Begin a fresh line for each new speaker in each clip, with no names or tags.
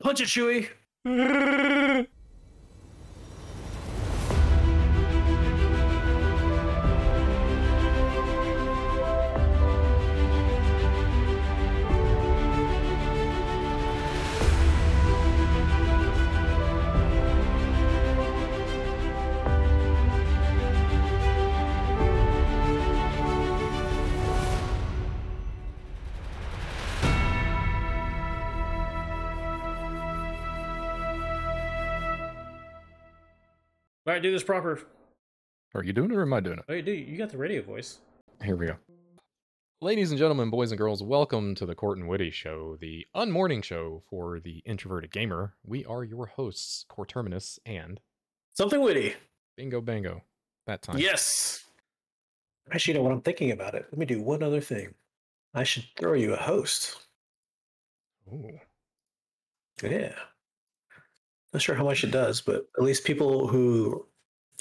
Punch it, Chewie. All right, do this proper.
Are you doing it or am I doing it?
Oh, you do. You got the radio voice.
Here we go. Ladies and gentlemen, boys and girls, welcome to the Court and Witty Show, the unmorning show for the introverted gamer. We are your hosts, Corterminus and
Something witty.
Bingo Bango. That time.
Yes. Actually, you know what I'm thinking about it. Let me do one other thing. I should throw you a host.
Ooh.
Yeah. Not sure how much it does, but at least people who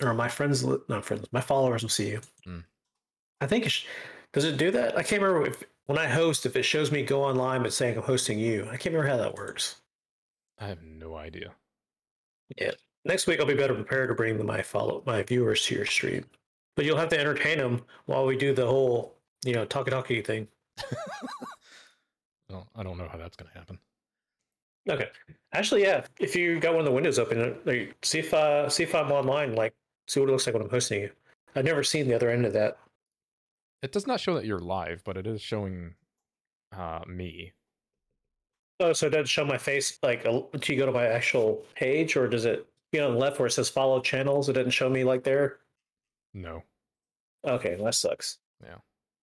are my friends, li- not friends, my followers will see you.
Mm.
I think it sh- does it do that? I can't remember if when I host, if it shows me go online but saying I'm hosting you. I can't remember how that works.
I have no idea.
Next week, I'll be better prepared to bring my follow my viewers to your stream, but you'll have to entertain them while we do the whole you know talkie talkie thing.
Well, I don't know how that's going to happen.
Okay. Actually, yeah. If you got one of the windows open, like, see if uh, see if I'm online. Like, see what it looks like when I'm hosting you. I've never seen the other end of that.
It does not show that you're live, but it is showing uh, me.
Oh, so it does show my face. Like, a, do you go to my actual page, or does it? You know, on the left where it says follow channels, it doesn't show me like there.
No.
Okay, that sucks.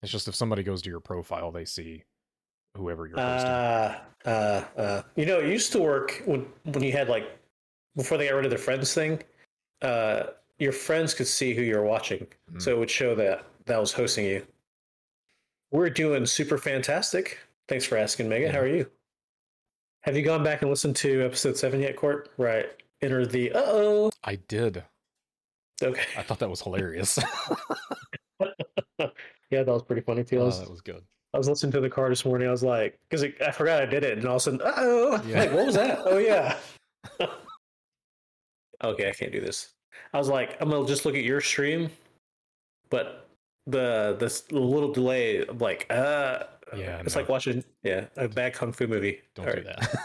It's just if somebody goes to your profile, they see whoever you're hosting.
Uh, uh, uh, you know, it used to work when when you had like before they got rid of the friends thing. Uh, your friends could see who you're watching,
Mm-hmm.
so it would show that that was hosting you. We're doing super fantastic. Thanks for asking, Megan. How are you? Have you gone back and listened to episode seven yet, Court? Right. Enter the uh oh.
I did.
Okay.
I thought that was hilarious.
Yeah, that was pretty funny too. I
Oh,
was-
that was good.
I was listening to the car this morning. I was like, because I forgot I did it, and all of a sudden, uh oh,
Yeah.
like what was that? Oh yeah. okay, I can't do this. I was like, I'm gonna just look at your stream, but the this little delay, I'm like, uh,
Yeah,
it's
no.
like watching yeah a bad kung fu movie.
Don't
All
do
right.
that.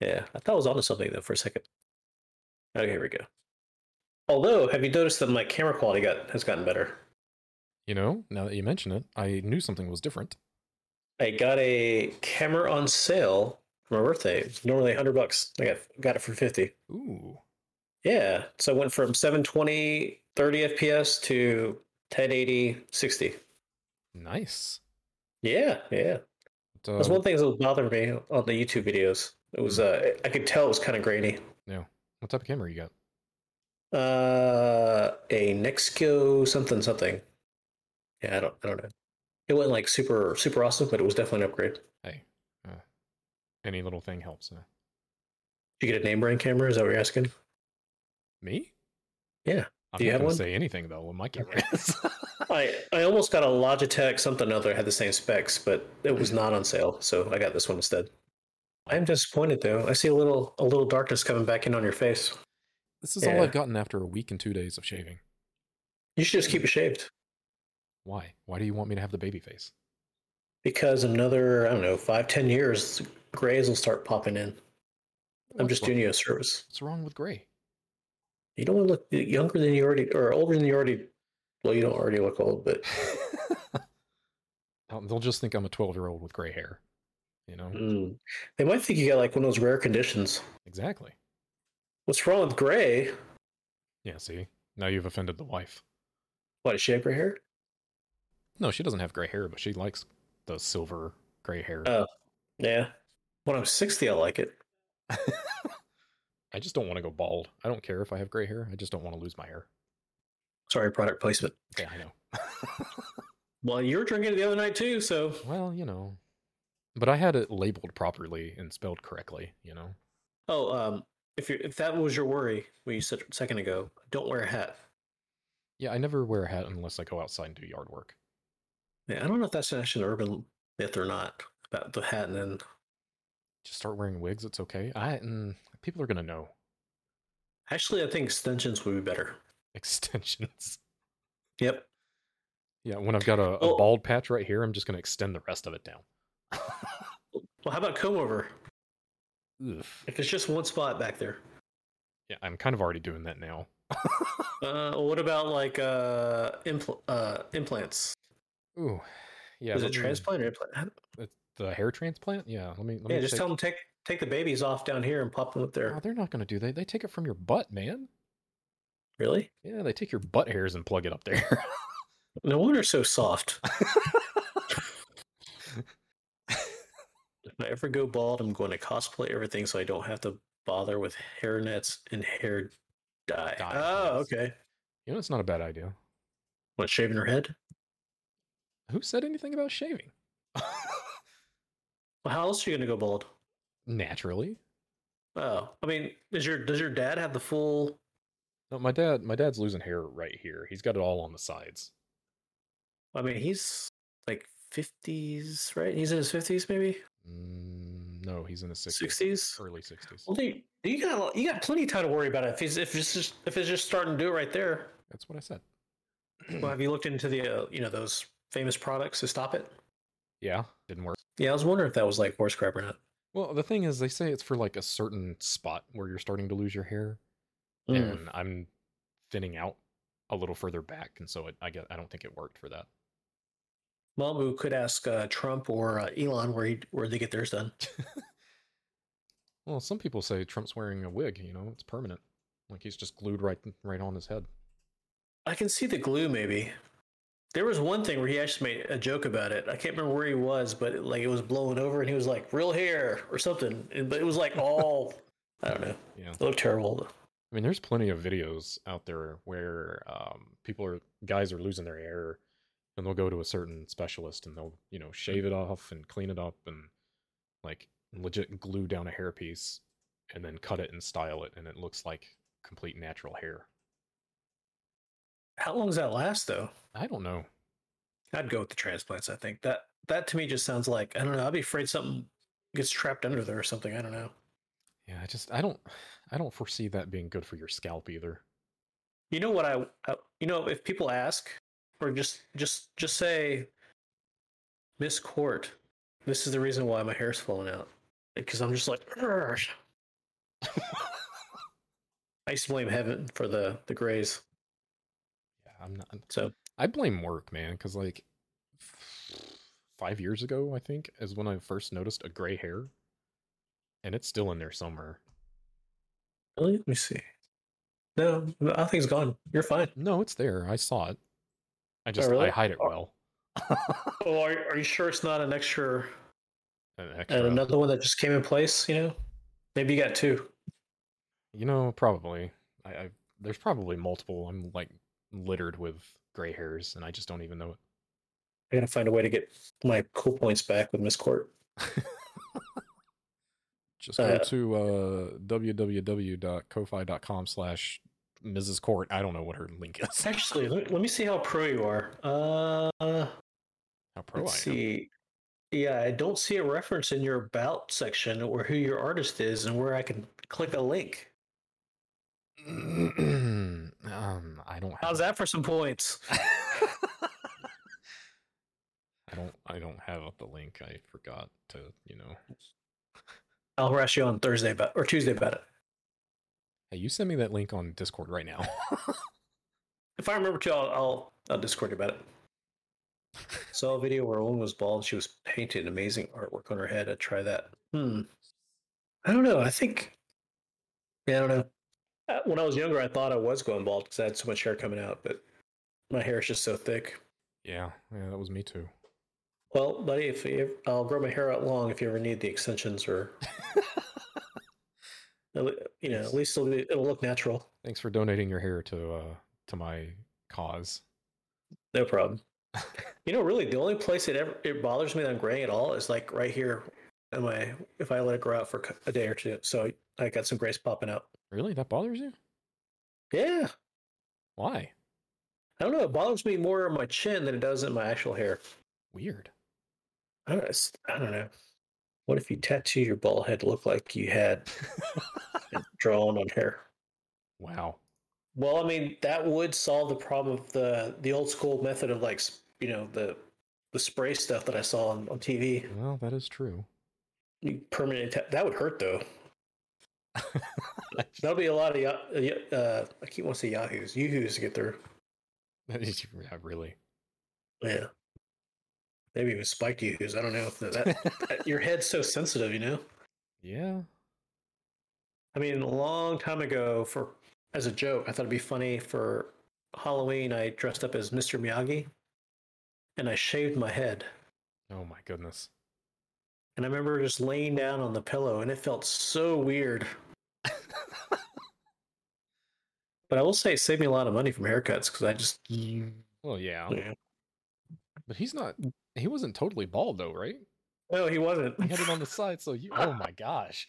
Yeah, I thought I was onto something though for a second. Okay, here we go. Although, have you noticed that my camera quality got has gotten better?
you know, now that you mention it, I knew something was different.
I got a camera on sale for my birthday. It's normally hundred bucks. I got got it for fifty.
Ooh.
Yeah. So it went from 720, 30 FPS to 1080, 60.
Nice.
Yeah, yeah.
But, uh,
That's one thing that was bothering me on the YouTube videos. It was uh I could tell it was kind of grainy.
what type of camera you got?
Uh a Nexco something something. Yeah, I don't I don't know. It wasn't like super super awesome, but it was definitely an upgrade.
Any little thing helps. huh?
Did you get a name brand camera? Is that what you're asking?
Me?
Yeah.
I'm
Do you
not
have
gonna
one?
say anything though. What my camera is.
I, I almost got a Logitech something other had the same specs, but it was not on sale, so I got this one instead. I am disappointed though. I see a little a little darkness coming back in on your face.
this is all
Yeah.
I've gotten after a week and two days of shaving.
You should just keep it shaved
Why? Why do you want me to have the baby face?
because in another I don't know five ten years grays will start popping in. I'm
What's
just
wrong-
doing you a service.
What's wrong with gray?
You don't want to look younger than you already or older than you already. Well, you don't already look old, but
Um, They'll just think I'm a 12 year old with gray hair. You know?
mm, they might think you got like one of those rare conditions.
Exactly.
What's wrong with gray?
Yeah, see? Now you've offended the wife.
Why does she have gray hair?
No, she doesn't have gray hair, but she likes the silver gray hair.
Oh. Yeah. When I'm sixty, I like it.
I just don't want to go bald. I don't care if I have gray hair. I just don't want to lose my hair.
Sorry, product placement.
Yeah, I know.
Well, you were drinking it the other night too, so
Well, you know. But I had it labeled properly and spelled correctly, you know?
oh, um, if you if that was your worry when you said a second ago, don't wear a hat.
Yeah, I never wear a hat unless I go outside and do yard work.
Yeah, I don't know if that's actually an urban myth or not about the hat and then
Just start wearing wigs. It's okay. I mm, people are gonna know
Actually, I think extensions would be better.
extensions.
Yep.
Yeah, when I've got a, a
Well-
bald patch right here, I'm just gonna extend the rest of it down.
Well, how about comb over?
Oof.
If it's just one spot back there.
Yeah, I'm kind of already doing that now.
Uh, what about like uh, impl- uh implants?
Ooh, yeah.
Is it
let me-
transplant or implant? How-
it's The hair transplant? Yeah. Let me. Let
yeah,
me
just
take-
tell them take take the babies off down here and pop them up there.
Oh, they're not gonna do that. They take it from your butt, man.
Really?
Yeah, they take your butt hairs and plug it up there.
No wonder it's so soft. if I ever go bald, I'm going to cosplay everything so I don't have to bother with hair nets and hair dye.
Dye,
oh,
yes.
okay.
you know, it's not a bad idea.
What shaving her head?
Who said anything about shaving?
Well, how else are you going to go bald?
Naturally.
Oh, I mean, is your does your dad have the full?
No, my dad. My dad's losing hair right here. He's got it all on the sides.
I mean, he's like fifties, right? He's in his fifties, maybe
Mm, no, he's in his sixties,
sixties.
early sixties.
Well, dude, you got a lot- you got plenty of time to worry about it. If he's if it's just if it's just starting to do it right there.
That's what I said.
Well, have you looked into the uh, you know those famous products to stop it?
yeah, didn't work.
Yeah, I was wondering if that was like horse crap or not.
Well, the thing is, they say it's for like a certain spot where you're starting to lose your hair,
Mm.
and I'm thinning out a little further back, and so it, I get, I don't think it worked for that.
Mamu could ask uh, Trump or uh, Elon where he, where they get theirs done.
Well, some people say Trump's wearing a wig. You know, it's permanent. Like he's just glued right, right on his head.
I can see the glue maybe. There was one thing where he actually made a joke about it. I can't remember where he was, but like it was blowing over, and he was like "real hair" or something. And, but it was like all I don't know.
Yeah.
It looked terrible.
I mean, there's plenty of videos out there where um, people are guys are losing their hair, and they'll go to a certain specialist and they'll you know shave it off and clean it up and like legit glue down a hairpiece and then cut it and style it and it looks like complete natural hair.
How long does that last though?
I don't know.
I'd go with the transplants. I think that that to me just sounds like I don't know. I'd be afraid something gets trapped under there or something. I don't know.
Yeah, I just I don't I don't foresee that being good for your scalp either.
You know what I, I you know if people ask or just just just say Miss Court, this is the reason why my hair's falling out because I'm just like "Urgh." I used to blame heaven for the the grays.
Yeah, I'm not.
So
I blame work, man, because like five years ago, I think, is when I first noticed a gray hair, and it's still in there somewhere.
really, let me see. No, no, I think it's gone. You're fine.
No, it's there. I saw it. I just I
really?
hide it
Oh.
well.
Oh, are, are you sure it's not an extra
An
and
extra-
another one that just came in place? You know, maybe you got two.
you know, probably. I, I there's probably multiple. I'm like littered with gray hairs, and I just don't even know it.
I gotta find a way to get my cool points back with Miss Court.
Just go
Uh,
to uh, www.kofi.com slash Mrs. Court. I don't know what her link is.
Actually, let, let me see how pro you are. Uh,
How pro
let's
I am.
see. Yeah, I don't see a reference in your about section or who your artist is and where I can click a link.
um, I don't. Have,
How's that for some points?
I don't. I don't have up the link. I forgot to. You know.
I'll harass you on Thursday about or Tuesday about it.
Hey, you send me that link on Discord right now.
If I remember to, I'll I'll, I'll Discord you about it. Saw a video where a woman was bald and she was painted amazing artwork on her head. I'd try that. Hmm. I don't know. I think. Yeah, I don't know. Uh, When I was younger, I thought I was going bald because I had so much hair coming out, but my hair is just so thick.
yeah. Yeah, that was me too.
Well, buddy, if you, I'll grow my hair out long if you ever need the extensions or. At le- you know, at least it'll, be, it'll look natural.
Thanks for donating your hair to uh to my cause.
No problem. you know, really, the only place it ever it bothers me that I'm graying at all is like right here. Am I if I let it grow out for a day or two? So I got some grays popping out.
Really, that bothers you?
Yeah,
Why?
I don't know. It bothers me more on my chin than it does in my actual hair.
Weird.
I don't know. It's, I don't know. What if you tattoo your bald head look like you had it drawn on here?
Wow.
Well, I mean, that would solve the problem of the the old school method of like s- you know the the spray stuff that I saw on, on TV.
Well, that is true.
You permanent ta- that would hurt though. That'll be a lot of ya- uh, I keep wanting to say yahoos, yoo-hoos to get through.
That is- yeah, really.
Yeah, maybe even spiked yoo-hoos. I don't know if that, that your head's so sensitive, you know.
yeah.
I mean, a long time ago, for as a joke, I thought it'd be funny for Halloween. I dressed up as Mr. Miyagi, and I shaved my head.
Oh my goodness.
And I remember just laying down on the pillow, and it felt so weird. But I will say, it saved me a lot of money from haircuts because I just
well, yeah.
Yeah.
But he's not. He wasn't totally bald though, right?
no, he wasn't.
He had it on the side. So you. Oh my gosh.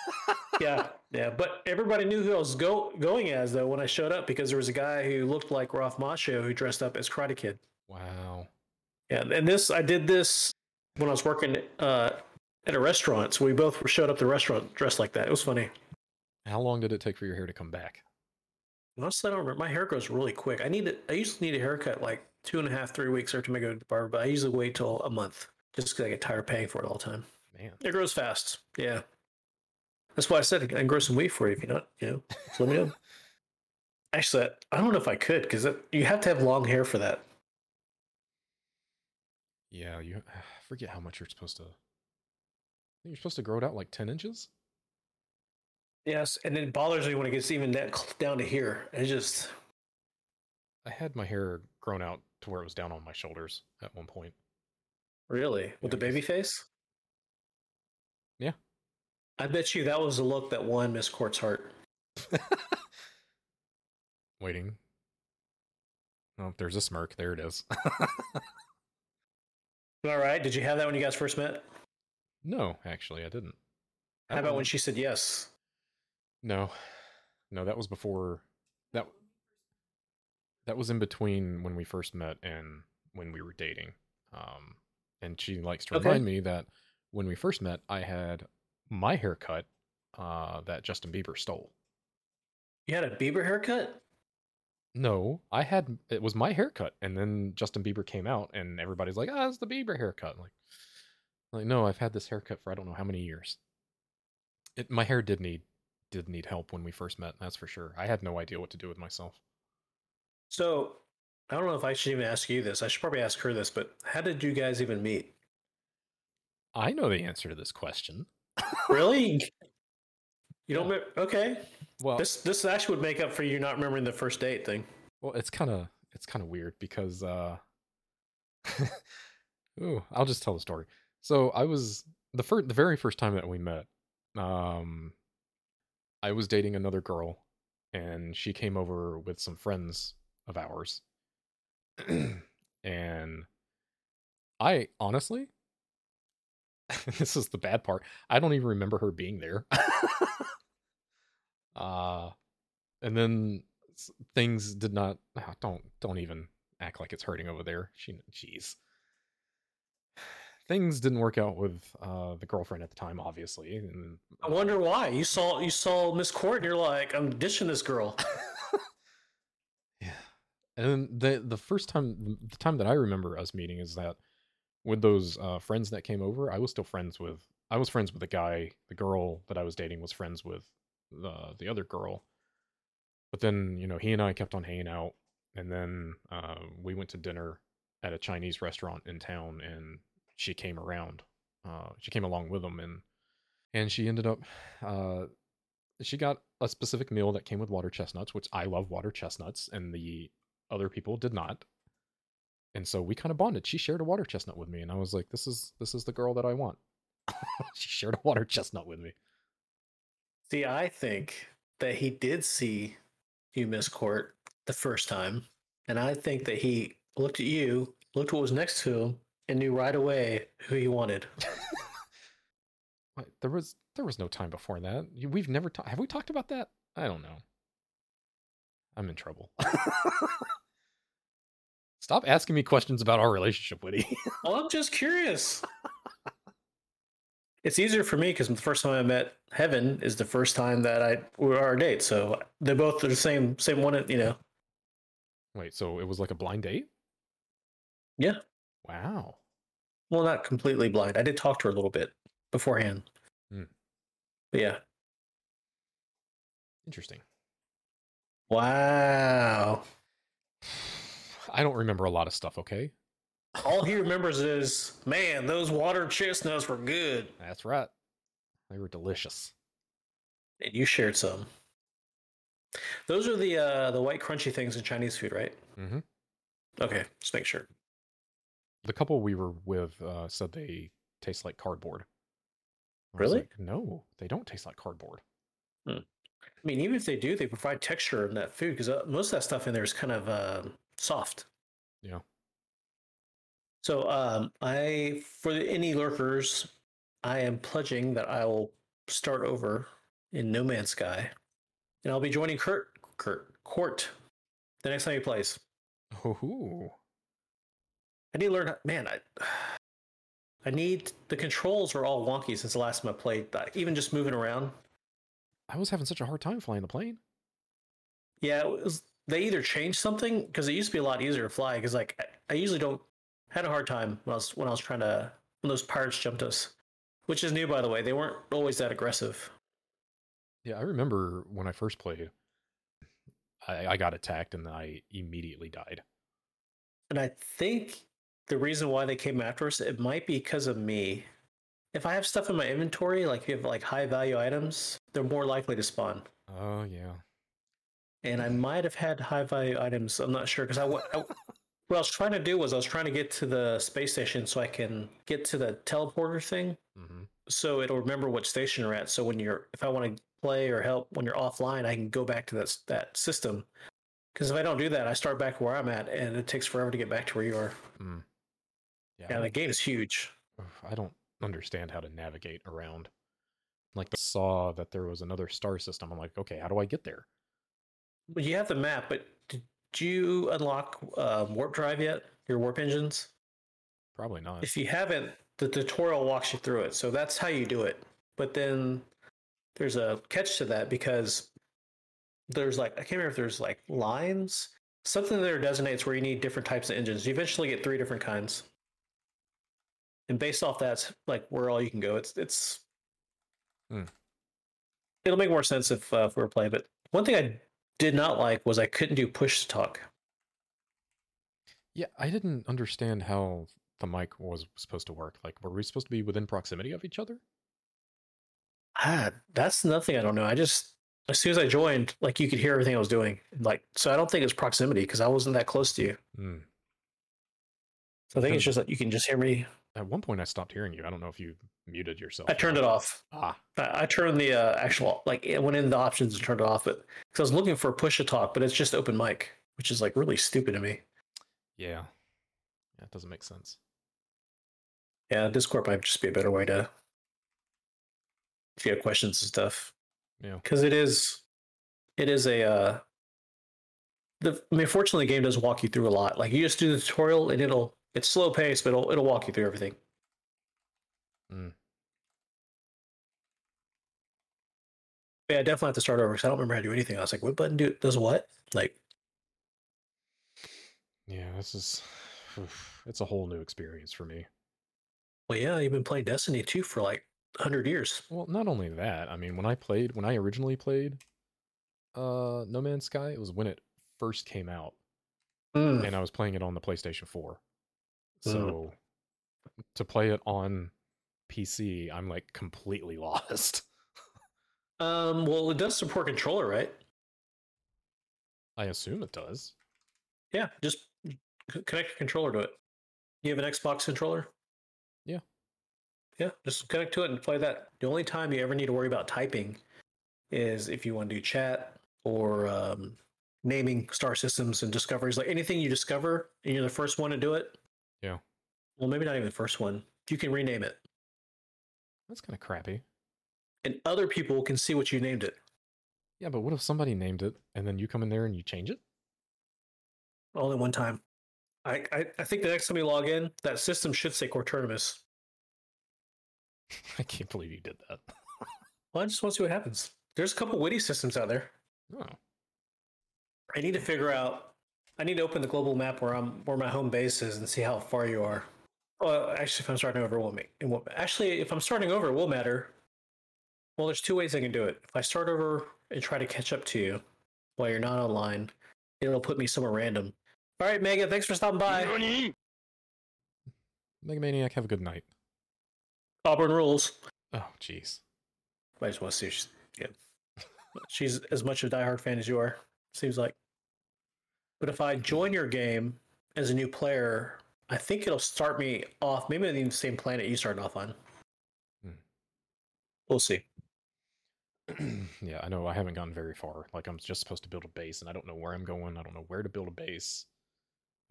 yeah, yeah. But everybody knew who I was go- going as though when I showed up because there was a guy who looked like Ralph Macchio who dressed up as Karate Kid.
Wow.
Yeah, and this I did this when I was working uh, at a restaurant. So we both showed up to the restaurant dressed like that. It was funny.
How long did it take for your hair to come back?
Honestly, I don't remember. My hair grows really quick. I need to, I usually need a haircut like two and a half, three weeks every time I go to the barber, but I usually wait till a month just because I get tired of paying for it all the time.
Man.
It grows fast. Yeah. That's why I said I can grow some weed for you if you're not, you know, so let me know. Actually, I don't know if I could because you have to have long hair for that.
Yeah. You I forget how much you're supposed to. I think you're supposed to grow it out like ten inches.
Yes, and it bothers me when it gets even that cl- down to here. It just
I had my hair grown out to where it was down on my shoulders at one point.
Really? With the
Yeah, I guess.
baby face?
Yeah.
I bet you that was the look that won Miss Court's heart.
Waiting. Oh, there's a smirk. There it is.
All right. Did you have that when you guys first met?
no, actually, I didn't.
How
I don't
about when
remem-
she said yes?
No, no, that was before that. That was in between when we first met and when we were dating. Um, and she likes to
Okay.
remind me that when we first met, I had my haircut uh, that Justin Bieber stole.
You had a Bieber haircut?
No, I had it was my haircut, and then Justin Bieber came out, and everybody's like, "Ah, it's the Bieber haircut." I'm like, I'm like no, I've had this haircut for I don't know how many years. It my hair did need did need help when we first met. That's for sure. I had no idea what to do with myself.
So I don't know if I should even ask you this. I should probably ask her this, but how did you guys even meet?
I know the answer to this question.
Really? You don't
Yeah.
remember? Okay.
Well,
This this actually would make up for you not remembering the first date thing.
well, it's kind of it's kind of weird because uh, ooh, I'll just tell the story. So I was the first, the very first time that we met. Um, I was dating another girl, and she came over with some friends of ours, and I honestly, this is the bad part. I don't even remember her being there. uh, and then s- things did not. ah, Don't don't even act like it's hurting over there. She, jeez things didn't work out with uh, the girlfriend at the time, obviously. And
I wonder why. You saw you saw Miss Court and you're like, I'm dishing this girl.
yeah. And then the the first time, the time that I remember us meeting is that with those uh, friends that came over, I was still friends with. I was friends with the guy. The girl that I was dating was friends with the the other girl. But then you know he and I kept on hanging out, and then uh, we went to dinner at a Chinese restaurant in town, and she came around. Uh, she came along with him, and and she ended up. Uh, she got a specific meal that came with water chestnuts, which I love water chestnuts, and the other people did not. And so we kind of bonded. She shared a water chestnut with me, and I was like, "This is this is the girl that I want." she shared a water chestnut with me.
See, I think that he did see you miss court the first time. And I think that he looked at you, looked what was next to him, and knew right away who he wanted.
What? There was there was no time before that. You- We've never ta- have we talked about that? I don't know. I'm in trouble. Stop asking me questions about our relationship, Woody.
Oh, I'm just curious. it's easier for me because the first time I met Heaven is the first time that I we were our date. So they're both the same same one. You know,
Wait, so it was like a blind date?
Yeah.
Wow.
well, not completely blind. I did talk to her a little bit beforehand.
Hmm.
But yeah.
Interesting.
Wow.
I don't remember a lot of stuff, okay?
All he remembers is, man, those water chestnuts were good,
That's right. They were delicious.
and you shared some. Those are the uh, the white crunchy things in Chinese food, right?
Mhm.
Okay, just make sure.
The couple we were with uh, said they taste like cardboard. I was
Really?
like, no, they don't taste like cardboard.
I mean, even if they do, they provide texture in that food because uh, most of that stuff in there is kind of um, soft.
Yeah.
So, um, I for the- any lurkers, I am pledging that I will start over in No Man's Sky, and I'll be joining Kurt, Kurt, Court, the next time he plays.
Oh,
I need to learn. Man, I I need the controls are all wonky since the last time I played. Like, Even just moving around,
I was having such a hard time flying the plane.
yeah, it was, they either changed something because it used to be a lot easier to fly. Because like I, I usually don't had a hard time when I was when I was trying to when those pirates jumped us, which is new by the way. They weren't always that aggressive.
Yeah, I remember when I first played, I, I got attacked and I immediately died.
And I think the reason why they came after us, it might be because of me. If I have stuff in my inventory, like if you have like high value items, they're more likely to spawn.
Oh, yeah.
And I might have had high value items. I'm not sure because I, wa- I what I was trying to do was I was trying to get to the space station so I can get to the teleporter thing.
hmm
so it'll remember what station you're at. So when you're, if I want to play or help when you're offline, I can go back to that s- that system. Because if I don't do that, I start back where I'm at, and it takes forever to get back to where you are.
Mm. Yeah,
Yeah,
I don't-
the game is huge.
Oof, I don't understand how to navigate around. Like I saw that there was another star system. I'm like, okay, how do I get there?
But you have the map, but did you unlock uh, warp drive yet? Your warp engines?
Probably not.
If you haven't, the tutorial walks you through it. So that's how you do it. But then there's a catch to that because there's like I can't remember if there's like lines. Something there designates where you need different types of engines. You eventually get three different kinds. And based off that's like where all you can go. It's it's
Hmm.
it'll make more sense if, uh, if we were playing. But one thing I did not like was I couldn't do push to talk.
Yeah, I didn't understand how the mic was supposed to work. Like, were we supposed to be within proximity of each other?
Ah, that's another thing I don't know. I just as soon as I joined, like you could hear everything I was doing. Like so, I don't think it's proximity because I wasn't that close to you. Hmm.
Mm.
So I think it's
Couldn't-
just that you can just hear me.
At one point, I stopped hearing you. I don't know if you muted yourself.
I turned it off.
Ah,
I, I turned the uh, actual like it went in the options and turned it off. But because I was looking for a push to talk, but it's just open mic, which is like really stupid to me.
yeah. That doesn't make sense.
Yeah, Discord might just be a better way to if you have questions and stuff.
Yeah.
because it is it is a uh the i mean fortunately the game does walk you through a lot like you just do the tutorial and it'll it's slow paced but it'll it'll walk you through everything
Mm.
yeah I definitely have to start over because i don't remember how to do anything i was like what button do does what like
Yeah, this is. oof, it's a whole new experience for me.
well yeah you've been playing destiny 2 for like 100 years
Well, not only that, I mean, when I played, when I originally played uh No Man's Sky, it was when it first came out
Mm,
and I was playing it on the PlayStation 4.
Mm.
So to play it on PC, I'm like completely lost.
um well it does support controller right
I assume it does.
yeah just c- connect your controller to it you have an xbox controller
Yeah.
yeah just connect to it and play that the only time you ever need to worry about typing is if you want to do chat or um, naming star systems and discoveries like anything you discover and you're the first one to do it
Yeah.
well maybe not even the first one you can rename it
That's kind of crappy.
and other people can see what you named it
Yeah, but what if somebody named it and then you come in there and you change it?
only one time I, I, I think the next time you log in that system should say Corterminus.
I can't believe you did that.
Well, I just want to see what happens. There's a couple witty systems out there.
Oh,
I need to figure out. I need to open the global map where I'm, where my home base is, and see how far you are. Well, actually, if I'm starting over, it won't make. It won't, actually, if I'm starting over, it will matter. Well, there's two ways I can do it. If I start over and try to catch up to you while you're not online, it'll put me somewhere random. All right, Megan, thanks for stopping by.
Mega Maniac, have a good night.
Auburn rules.
Oh, jeez.
I just want to see. If she's, yeah, she's as much a diehard fan as you are. Seems like. But if I join your game as a new player, I think it'll start me off. Maybe on the same planet you started off on.
Hmm.
We'll see.
yeah, I know I haven't gone very far. Like I'm just supposed to build a base and I don't know where I'm going. I don't know where to build a base.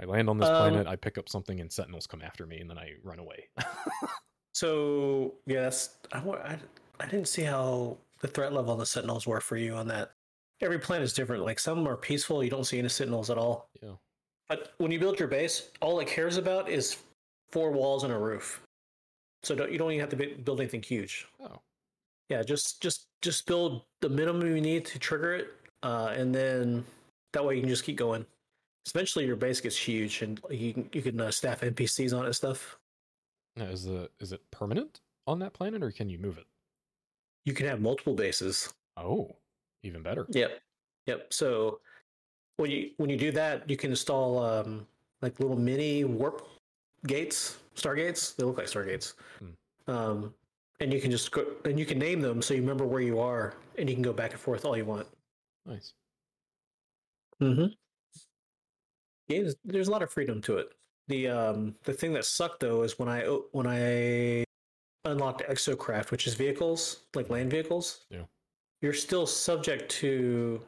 I land on this
Um,
planet, I pick up something and sentinels come after me and then I run away.
So yeah, that's I, wa- I I didn't see how the threat level of the Sentinels were for you on that. Every planet is different. Like some are peaceful, you don't see any Sentinels at all.
yeah.
But when you build your base, all it cares about is four walls and a roof. So don't, you don't even have to bu- build anything huge.
Oh.
Yeah, just just just build the minimum you need to trigger it, uh, and then that way you can just keep going. Eventually, your base gets huge, and you can, you can uh, staff NPCs on it and stuff.
Now, is the is it permanent on that planet or can you move it?
You can have multiple bases.
Oh, even better.
Yep. Yep. So when you when you do that, you can install um, like little mini warp gates, stargates. They look like stargates.
Hmm.
Um, and you can just go and you can name them so you remember where you are, and you can go back and forth all you want.
Nice.
Mm-hmm. Games, there's a lot of freedom to it. The um, the thing that sucked though is when I o- when I unlocked exocraft, which is vehicles like land vehicles.
Yeah.
You're still subject to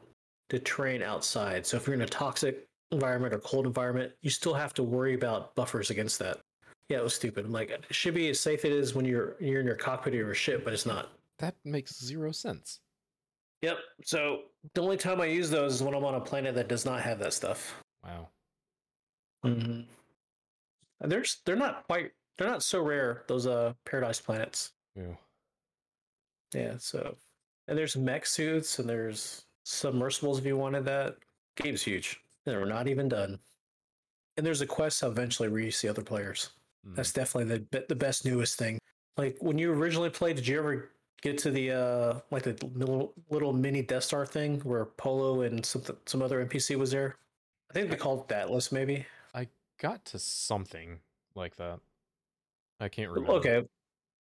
the terrain outside. So if you're in a toxic environment or cold environment, you still have to worry about buffers against that. Yeah, it was stupid. I'm like, it should be as safe it is when you're you're in your cockpit of your ship, but it's not.
That makes zero sense.
Yep. So the only time I use those is when I'm on a planet that does not have that stuff.
Wow.
Mm-hmm. And they're just- they're not quite they're not so rare those uh paradise planets.
Yeah.
Yeah. So and there's mech suits and there's submersibles if you wanted that. Game's huge. And we're not even done. And there's a quest to eventually reach the other players.
Mm.
That's definitely the be- the best newest thing. Like when you originally played, did you ever get to the uh like the little little mini Death Star thing where Polo and some some other NPC was there? I think they called it Atlas maybe.
got to something like that. I can't remember.
Okay.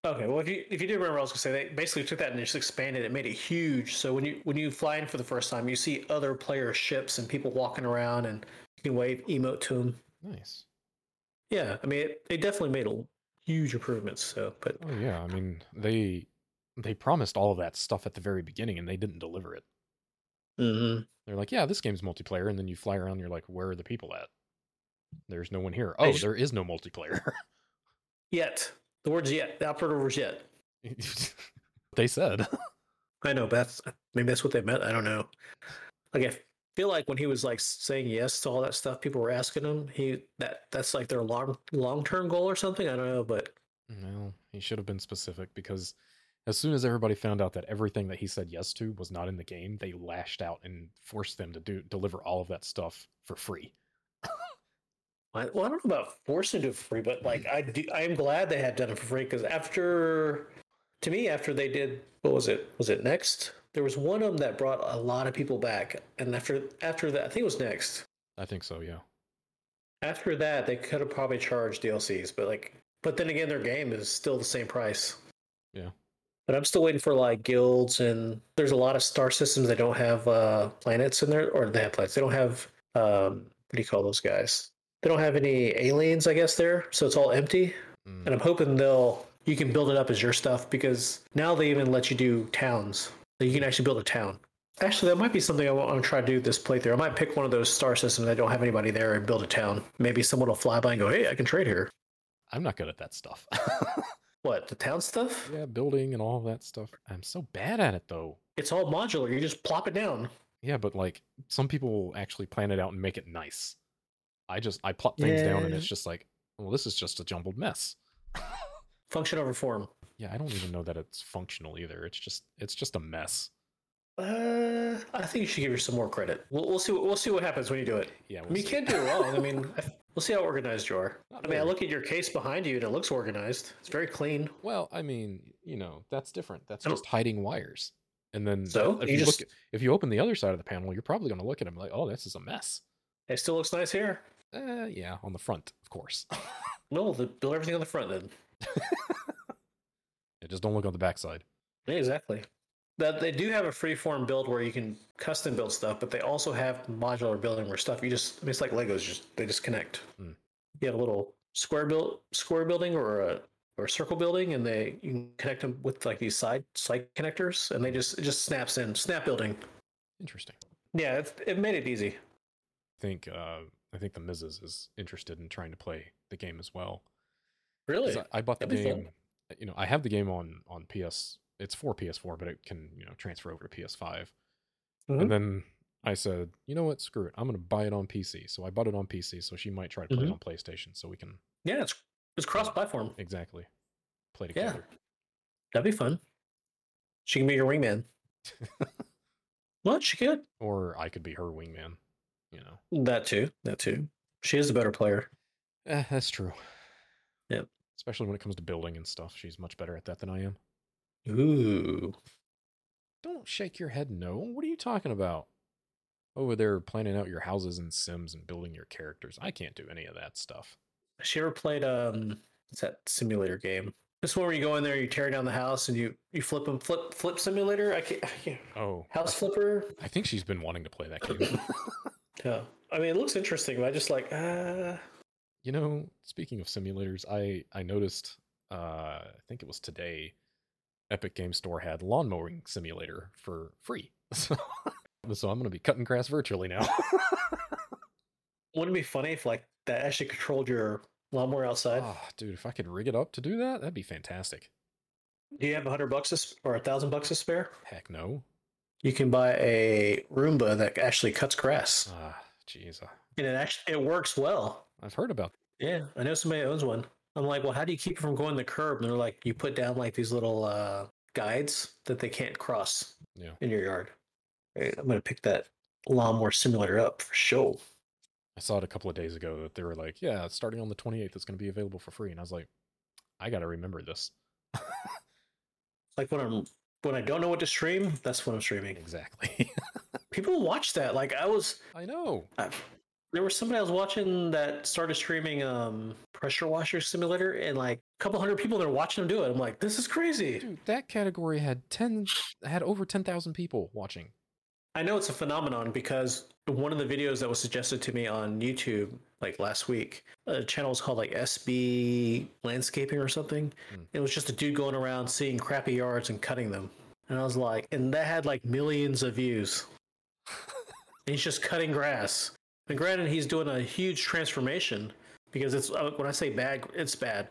Okay. Well, if you if you do remember, I was gonna say they basically took that and just expanded it, made it huge. So when you when you fly in for the first time, you see other player ships and people walking around, and you can wave emote to them.
Nice.
Yeah, I mean, it, it definitely made a huge improvements. So, but
Oh yeah, I mean they they promised all of that stuff at the very beginning and they didn't deliver it.
Mhm.
They're like, yeah, this game's multiplayer, and then you fly around, and you're like, where are the people at? There's no one here.
I
Oh,
just-
there is no multiplayer.
yet the words yet the operative words yet.
they said.
I know, but that's maybe that's what they meant. I don't know. Like I feel like when he was like saying yes to all that stuff, people were asking him. He that that's like their long long term goal or something. I don't know, but
Well, he should have been specific because as soon as everybody found out that everything that he said yes to was not in the game, they lashed out and forced them to do deliver all of that stuff for free.
I, well, I don't know about forcing to free, but like I do, I am glad they had done it for free because after, to me, after they did, what was it? Was it next? There was one of them that brought a lot of people back, and after after that, I think it was next.
I think so. Yeah.
After that, they could have probably charged DLCs, but like, but then again, their game is still the same price.
Yeah.
But I'm still waiting for like guilds, and there's a lot of star systems that don't have uh, planets in there, or they have planets. They don't have um, what do you call those guys? They don't have any aliens, I guess. There, so it's all empty.
Mm.
And I'm hoping they'll you can build it up as your stuff because now they even let you do towns. So you can actually build a town. Actually, that might be something I want to try to do this playthrough. I might pick one of those star systems that don't have anybody there and build a town. Maybe someone will fly by and go, "Hey, I can trade here."
I'm not good at that stuff.
What the town stuff?
yeah, building and all that stuff. I'm so bad at it though.
It's all modular. You just plop it down.
Yeah, but like some people will actually plan it out and make it nice. I just I plop things down and
Yeah.
it's just like, well, this is just a jumbled mess.
Function over form.
Yeah, I don't even know that it's functional either. It's just it's just a mess.
Uh, I think you should give her some more credit. We'll, we'll see. What, we'll see what happens when you do it.
Yeah,
I mean, you
see.
can't do it wrong. I mean, I- we'll see how organized you are.
Not
I mean, I
really.
look at your case behind you, and it looks organized. It's very clean.
Well, I mean, you know, that's different. That's
I don't-
just hiding wires. And then
Oh. So,
if
you
you,
just-
look, if you open the other side of the panel, you're probably going to look at them like, "Oh, this is a mess."
It still looks nice here.
Uh, yeah, on the front, of course.
No, the, build everything on the front then.
Yeah, just don't look on the backside.
Yeah, exactly. That they do have a freeform build where you can custom build stuff, but they also have modular building where stuff you just I mean, it's like Legos, just they just connect.
Hmm.
You have a little square build square building or a or circle building, and they you can connect them with like these side side connectors, and they just it just snaps in snap building.
Interesting.
Yeah, it's, it made it easy.
I think uh, I think the Mrs. is interested in trying to play the game as well. 'Cause
Really,
I, I bought the
That'd be fun.
game. uh, You know, I have the game on on PS. It's for PS4, but it can you know transfer over to PS5.
Mhm.
And then I said, you know what? Screw it. I'm going to buy it on PC. So I bought it on PC. So she might try to play
Mhm.
it on PlayStation. So we can
yeah, it's it's cross platform.
exactly play
Yeah.
together.
That'd be fun. She can be your wingman. what she could
Or I could be her wingman. You know,
that too. That too. She is a better player.
Eh, that's true.
Yep.
Especially when it comes to building and stuff, she's much better at that than I am.
Ooh.
Don't shake your head no. What are you talking about? Over there planning out your houses and sims and building your characters. I can't do any of that stuff.
Has she ever played um what's that simulator game? This one where you go in there, you tear down the house, and you you flip and flip flip simulator. I can't, I can't
Oh. I
house
th-
flipper.
I think she's been wanting to play that game.
Yeah, I mean it looks interesting, but I just like uh
You know, speaking of simulators, I I noticed uh I think it was today Epic Game Store had lawn mowing simulator for free. So, so I'm going to be cutting grass virtually now.
wouldn't it be funny if like that actually controlled your lawnmower outside?
Ah, dude, if I could rig it up to do that, that'd be fantastic.
Do you have a hundred bucks to sp- or a thousand bucks to spare?
Heck no.
You can buy a Roomba that actually cuts grass,
Ah, jeez. I-
and it actually it works well.
I've heard about
Yeah, I know somebody that owns one. I'm like, well, how do you keep it from going to the curb? And they're like, you put down like these little uh, guides that they can't cross
Yeah.
in your yard. Hey, I'm gonna pick that lawnmower simulator up for sure.
I saw it a couple of days ago that they were like, yeah, starting on the 28th, it's going to be available for free. And I was like, I got to remember this.
Like when I'm when I don't know what to stream, that's when I'm streaming.
Exactly.
People watch that. Like I was,
I know.
I, there was somebody I was watching that started streaming um pressure washer simulator, and like a couple hundred people they're watching them do it. I'm like, this is crazy.
Dude, that category had 10 had over 10,000 people watching.
I know it's a phenomenon because one of the videos that was suggested to me on YouTube like last week, a channel was called like SB Landscaping or something.
Hmm.
It was just a dude going around seeing crappy yards and cutting them. And I was like, and that had like millions of views. And he's just cutting grass. And granted, he's doing a huge transformation because it's uh, when I say bad, it's bad.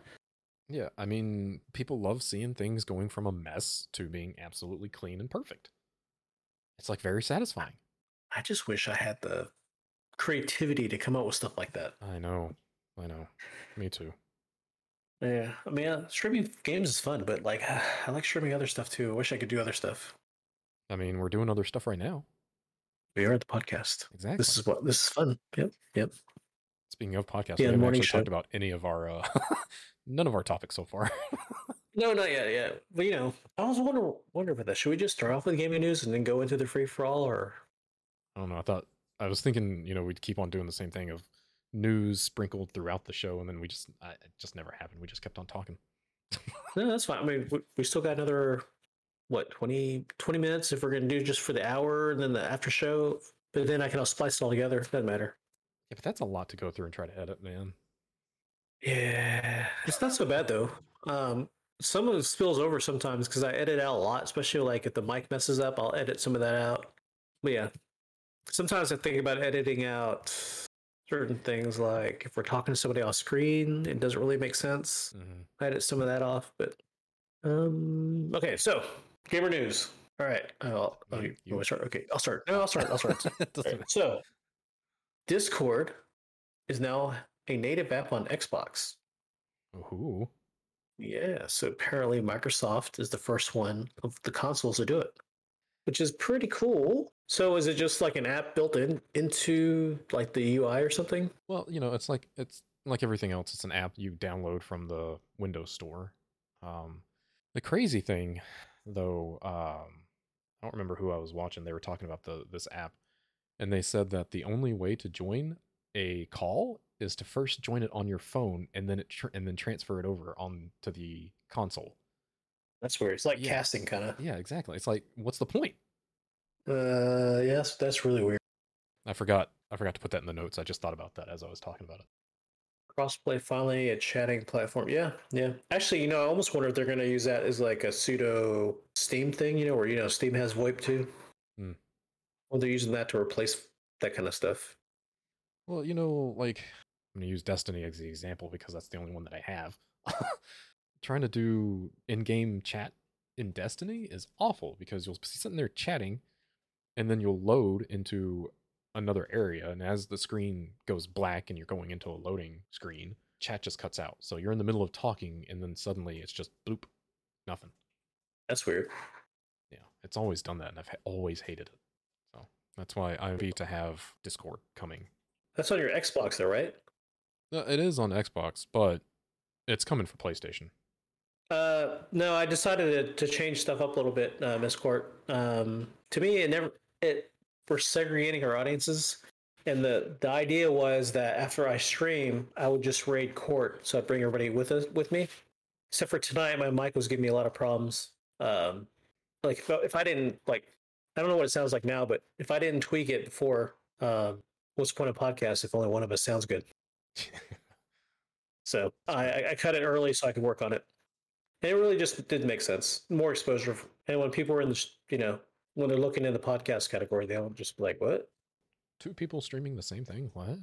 Yeah, I mean, people love seeing things going from a mess to being absolutely clean and perfect. It's like very satisfying.
I just wish I had the creativity to come up with stuff like that.
I know. I know. Me too.
Yeah, I mean, uh, streaming games is fun, but like, I like streaming other stuff too. I wish I could do other stuff.
I mean, we're doing other stuff right now.
We are the podcast.
Exactly.
This is what this is fun. Yep, yep.
Speaking of podcasts,
Yeah,
we haven't
morning
actually
show.
talked about any of our uh, none of our topics so far.
No, not yet. Yeah, but you know, I was wonder wonder about that. Should we just start off with gaming news and then go into the free for all, or
I don't know. I thought I was thinking, you know, we'd keep on doing the same thing of news sprinkled throughout the show, and then we just I, it just never happened. We just kept on talking.
no? That's fine. I mean, we, we still got another what 20, 20 minutes if we're gonna do just for the hour and then the after show. But then I can all splice it all together. Doesn't matter.
Yeah, but that's a lot to go through and try to edit, man.
Yeah, it's not so bad though. Um, some of it spills over sometimes because I edit out a lot, especially like if the mic messes up, I'll edit some of that out. But yeah, sometimes I think about editing out certain things, like if we're talking to somebody off screen, it doesn't really make sense.
Mm-hmm.
I edit some of that off, but um, okay. So gamer news. All right, I'll, oh,
You-
you,
you-
you want to start? Okay, I'll start. No, I'll start. I'll start.
It
All
doesn't-
right, So, Discord is now a native app on Xbox.
Ooh,
Yeah, so apparently Microsoft is the first one of the consoles to do it, which is pretty cool. So is it just like an app built in into like the UI or something?
Well, you know, it's like it's like everything else. It's an app you download from the Windows Store. Um, the crazy thing, though, um, I don't remember who I was watching. They were talking about the this app, and they said that the only way to join a call is to first join it on your phone and then it tr- and then transfer it over on to the console.
That's weird. It's like
Yeah.
casting kind of.
Yeah, exactly. It's like, what's the point?
Uh, yeah, that's, that's really weird.
I forgot. I forgot to put that in the notes. I just thought about that as I was talking about it.
Crossplay finally a chatting platform. Yeah, yeah. Actually, you know, I almost wonder if they're going to use that as like a pseudo Steam thing. You know, where you know Steam has VoIP too.
Hmm.
Well, they're using that to replace that kind of stuff.
Well, you know, like I'm gonna use Destiny as the example because that's the only one that I have. Trying to do in-game chat in Destiny is awful because you'll be sitting there chatting, and then you'll load into another area, and as the screen goes black and you're going into a loading screen, chat just cuts out. So you're in the middle of talking, and then suddenly it's just bloop, nothing.
That's weird.
Yeah, it's always done that, and I've ha- always hated it. So that's why I'm be to have Discord coming
That's on your Xbox though, right?
No, Uh, it is on Xbox, but it's coming for PlayStation.
Uh, no, I decided to, to change stuff up a little bit, uh, Miss Court. Um, to me, it never it we're segregating our audiences, and the the idea was that after I stream, I would just raid Court, so I would bring everybody with us with me. Except for tonight, my mic was giving me a lot of problems. Um, like if, I- if I didn't like, I don't know what it sounds like now, but if I didn't tweak it before, um, what's the point of podcast if only one of us sounds good? So I, I- I cut it early so I could work on it. And it really just did make sense. More exposure. for- And when people are in the, sh- you know, when they're looking in the podcast category, they don't just be like, what?
Two people streaming the same thing? What?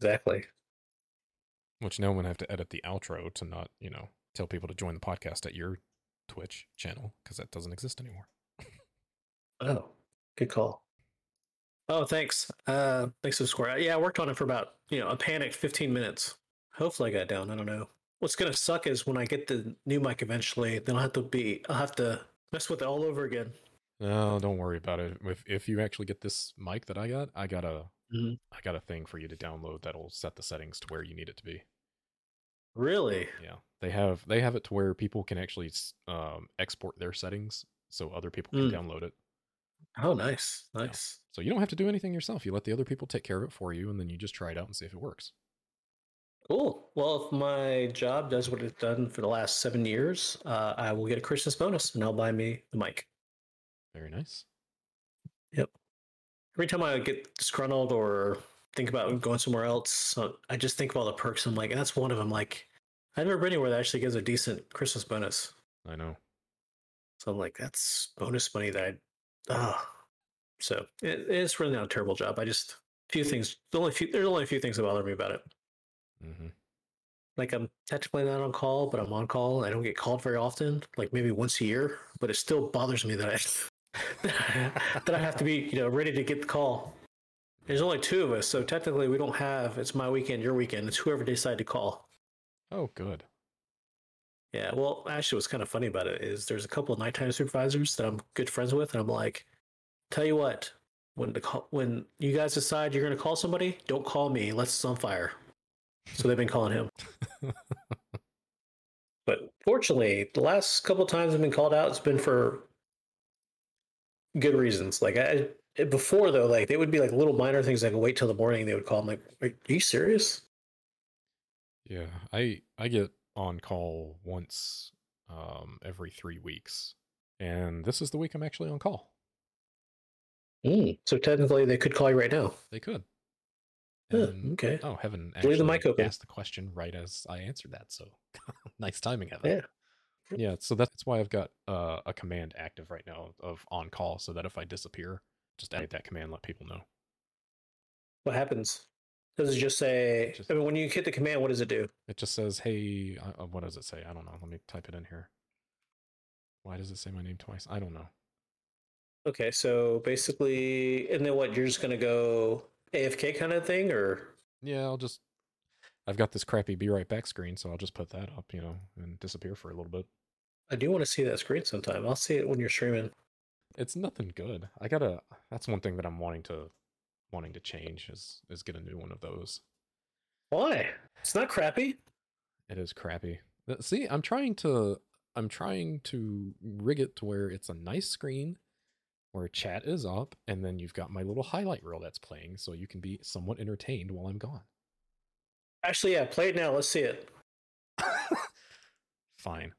Exactly.
Which now I'm gonna have to edit the outro to not, you know, tell people to join the podcast at your Twitch channel because that doesn't exist anymore.
Oh, good call. Oh, thanks. Uh, thanks for the square. Yeah, I worked on it for about, you know, a panicked 15 minutes. Hopefully I got it down. I don't know. What's going to suck is when I get the new mic eventually, then I'll have to be, I'll have to mess with it all over again.
No, don't worry about it. If if you actually get this mic that I got, I got a
Mhm.
I got a thing for you to download that'll set the settings to where you need it to be.
Really?
Yeah, they have they have it to where people can actually s- um, export their settings so other people can
Mm.
download it.
Oh, nice.
Yeah.
Nice.
So you don't have to do anything yourself. You let the other people take care of it for you, and then you just try it out and see if it works.
Cool. Well, if my job does what it's done for the last seven years, uh, I will get a Christmas bonus and I'll buy me the mic.
Very nice.
Every time I get disgruntled or think about going somewhere else, uh, I just think of all the perks. I'm like, that's one of them. Like, I've never been anywhere that actually gives a decent Christmas bonus.
I know.
So I'm like, that's bonus money that I. Ugh. So it, it's really not a terrible job. I just few things. The only few there's only a few things that bother me about it.
Mm-hmm.
like I'm technically not on call, but I'm on call. I don't get called very often, like maybe once a year, but it still bothers me that I that I have to be, you know, ready to get the call. There's only two of us, so technically we don't have it's my weekend, your weekend. It's whoever they decide to call.
Oh, good.
Yeah, well, actually, what's kind of funny about it is there's a couple of nighttime supervisors that I'm good friends with, and I'm like, tell you what, when the call, when you guys decide you're going to call somebody, don't call me. Let's us on fire. So they've been calling him. but fortunately, the last couple of times I've been called out, it's been for good reasons. Like I I- before though, like they would be like little minor things. Like wait till the morning, they would call. I'm like, are you serious?
Yeah, I I get on call once um, every three weeks, and this is the week I'm actually on call.
Mm. So technically, they could call you right now.
They could.
Huh,
And-
okay.
Oh, heaven!
Leave the mic
actually
open.
Asked the question right as I answered that, so nice timing, Evan.
Yeah.
Yeah, so that's why I've got uh, a command active right now of on call, so that if I disappear, just add that command, let people know.
What happens? Does it just say?
Just-
I mean, when you hit the command, what does it do?
It just says, "Hey, I- uh, what does it say? I don't know. Let me type it in here. Why does it say my name twice? I don't know.
Okay, so basically, and then what? You're just gonna go AFK kind of thing, or
Yeah, I'll just I've got this crappy be right back screen, so I'll just put that up, you know, and disappear for a little bit.
I do want to see that screen sometime. I'll see it when you're streaming.
It's nothing good. I gotta. That's one thing that I'm wanting to wanting to change is is get a new one of those.
Why? It's not crappy.
It is crappy. But See, I'm trying to I'm trying to rig it to where it's a nice screen where chat is up and then you've got my little highlight reel that's playing so you can be somewhat entertained while I'm gone.
Actually, yeah, play it now. Let's see it.
Fine.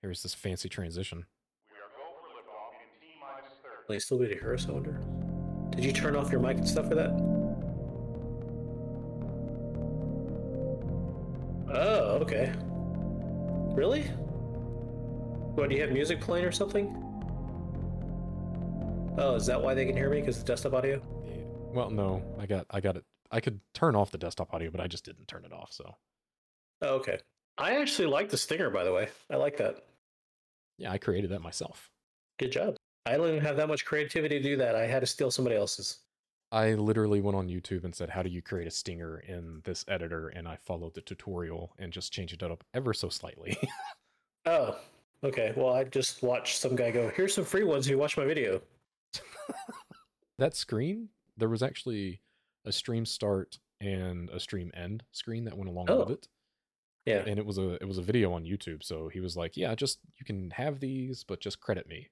Here's this fancy transition.
We are go for liftoff in T minus 30.
Will you still be to hear us, I wonder? Did you turn off your mic and stuff for that? Oh, okay. Really? What, do you have music playing or something? Oh, is that why they can hear me? Because the desktop audio?
Yeah. Well, no, I got I got it. I could turn off the desktop audio, but I just didn't turn it off, so.
Oh, okay. I actually like the stinger, by the way. I like that.
Yeah, I created that myself.
Good job. I don't even have that much creativity to do that. I had to steal somebody else's.
I literally went on YouTube and said, "How do you create a stinger in this editor?" and I followed the tutorial and just changed it up ever so slightly.
Oh, okay. Well, I just watched some guy go, here's some free ones who watch my video.
that screen, there was actually a stream start and a stream end screen that went along with
Oh.
it.
Yeah.
And it was a it was a video on YouTube, so he was like, "Yeah, just you can have these, but just credit me."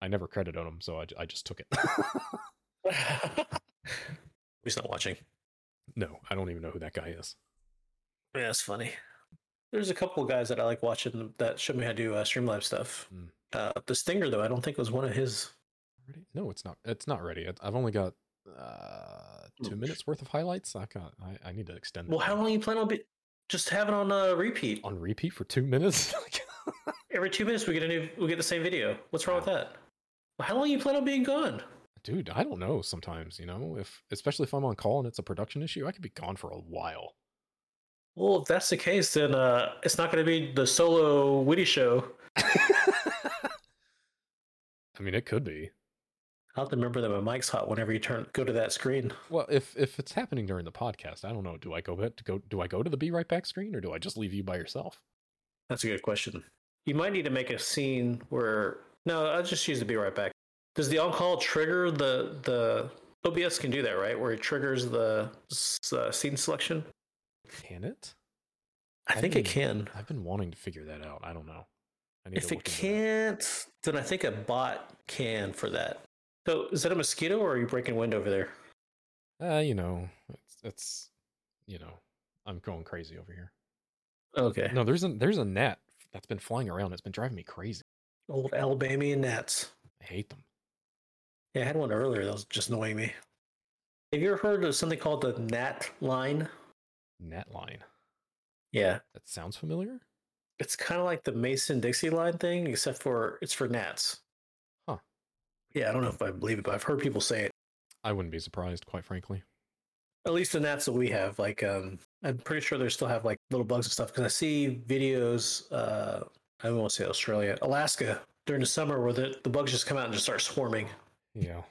I never credited him, so I, j- I just took it.
He's not watching.
no, I don't even know who that guy is.
Yeah, that's funny. There's a couple of guys that I like watching that show me how to do uh, Streamlab stuff.
Mm.
Uh, the Stinger, though, I don't think was one of his.
Ready? No, it's not. It's not ready. It- I've only got uh, two
Oops.
minutes worth of highlights. I got. I, I need to extend.
Well,
that
how long you plan on be- just having Hmm. on uh, repeat?
on repeat for two minutes?
Every two minutes, we get a new, we get the same video. What's wrong with that? Well, how long you plan on being gone?
Dude, I don't know. Sometimes you know, if especially if I'm on call and it's a production issue, I could be gone for a while.
Well, if that's the case, then uh, it's not going to be the solo witty show.
I mean, it could be.
I'll have to remember that my mic's hot whenever you turn go to that screen.
Well, if if it's happening during the podcast, I don't know. Do I go back to go? Do I go to the be right back screen, or do I just leave you by yourself?
That's a good question. You might need to make a scene where no, I'll just use the be right back. Does the on call trigger the the OBS can do that right? Where it triggers the s- uh, scene selection.
Can it?
I
I
think it can.
I've been wanting to figure that out. I don't know. I need
If
to
it
look into that.
can't, then I think a bot can for that. So is that a mosquito or are you breaking wind over there?
Uh, you know, it's it's you know, I'm going crazy over here.
Okay.
No, there's a there's a gnat that's been flying around. It's been driving me crazy.
Old Alabamian gnats.
I hate them.
Yeah, I had one earlier that was just annoying me. Have you ever heard of something called the gnat line?
Gnat line.
Yeah.
That sounds familiar.
It's kind of like the Mason Dixie line thing, except for it's for gnats.
Huh.
Yeah, I don't know if I believe it, but I've heard people say it.
I wouldn't be surprised, quite frankly.
At least the gnats that we have, like, um, I'm pretty sure they still have like little bugs and stuff because I see videos. Uh, I won't say Australia, Alaska during the summer where the, the bugs just come out and just start swarming.
Yeah.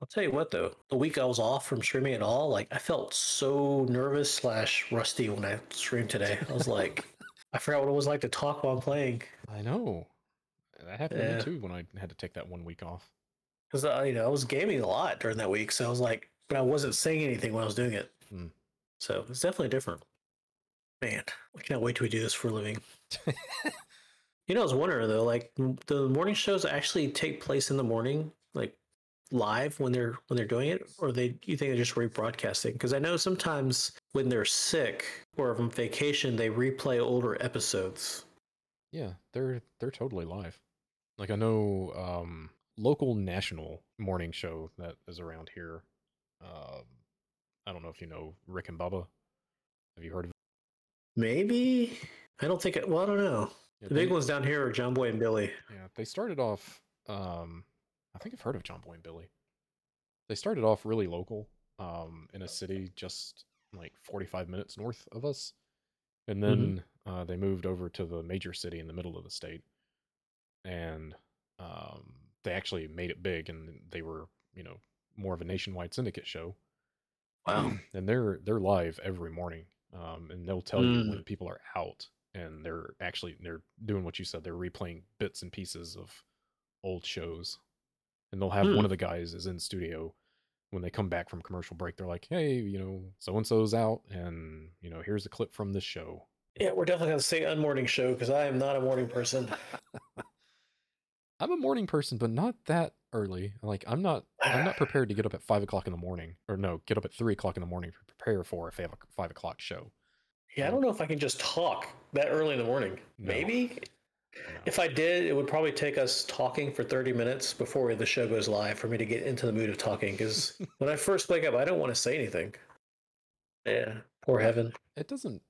I'll tell you what though, the week I was off from streaming at all, like I felt so nervous slash rusty when I streamed today. I was like, I forgot what it was like to talk while I'm playing.
I know. That happened to
Yeah.
me too when I had to take that one week off.
because I, you know, I was gaming a lot during that week, so I was like, but I wasn't saying anything when I was doing it.
Hmm.
So it's definitely different. Man, I cannot wait till we do this for a living. You know, I was wondering though, like m- the morning shows actually take place in the morning, like live when they're when they're doing it, or they you think they're just rebroadcasting? Because I know sometimes when they're sick or on vacation, they replay older episodes.
yeah, they're they're totally live. Like I know um local national morning show that is around here. Um I don't know if you know Rick and Bubba. Have you heard of
Maybe I don't think. It, well, I don't know.
Yeah,
The big
they-
ones down here are John Boy and Billy.
Yeah, they started off. Um, I think I've heard of John Boy and Billy. They started off really local, um, in a city just like 45 minutes north of us, and then uh, they moved over to the major city in the middle of the state, and um, they actually made it big, and they were you know more of a nationwide syndicate show,
Wow.
and they're they're live every morning. um, and they'll tell you
Mm.
when people are out and they're actually they're doing what you said. They're replaying bits and pieces of old shows, and they'll have
Hmm.
one of the guys is in studio when they come back from commercial break. They're like, "Hey, you know, so and so's out, and you know, here's a clip from this show."
Yeah, we're definitely gonna say unmorning show because I am not a morning person.
I'm a morning person, but not that early. Like I'm not I'm not prepared to get up at five o'clock in the morning, or no, get up at three o'clock in the morning to prepare for a five o'c- five o'clock show.
Yeah, I don't know if I can just talk that early in the morning.
No.
Maybe
No.
if I did, it would probably take us talking for 30 minutes before the show goes live for me to get into the mood of talking. Because when I first wake up, I don't want to say anything. Yeah, poor heaven.
it doesn't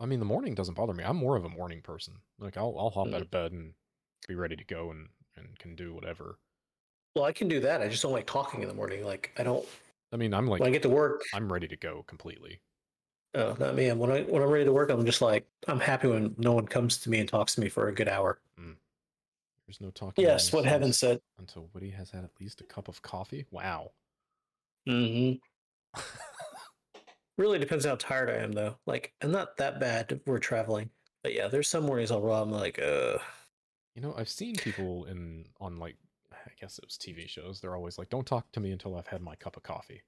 i mean the morning doesn't bother me i'm more of a morning person like i'll, I'll hop out of bed and be ready to go and and can do whatever
Well, I can do that. I just don't like talking in the morning. Like I don't
i mean i'm like
when I get to work.
i'm ready to go completely
Oh, not me. And When I when I'm ready to work, I'm just like I'm happy when no one comes to me and talks to me for a good hour.
there's no talking
Yes,
among
what heaven
yourselves
said.
until woody has had at least a cup of coffee wow
Mm-hmm. really depends how tired I am, though. Like, I'm not that bad. if We're traveling, but yeah, there's some mornings I'll roll. I'm like, uh,
you know i've seen people in on like i guess it was tv shows they're always like don't talk to me until i've had my cup of coffee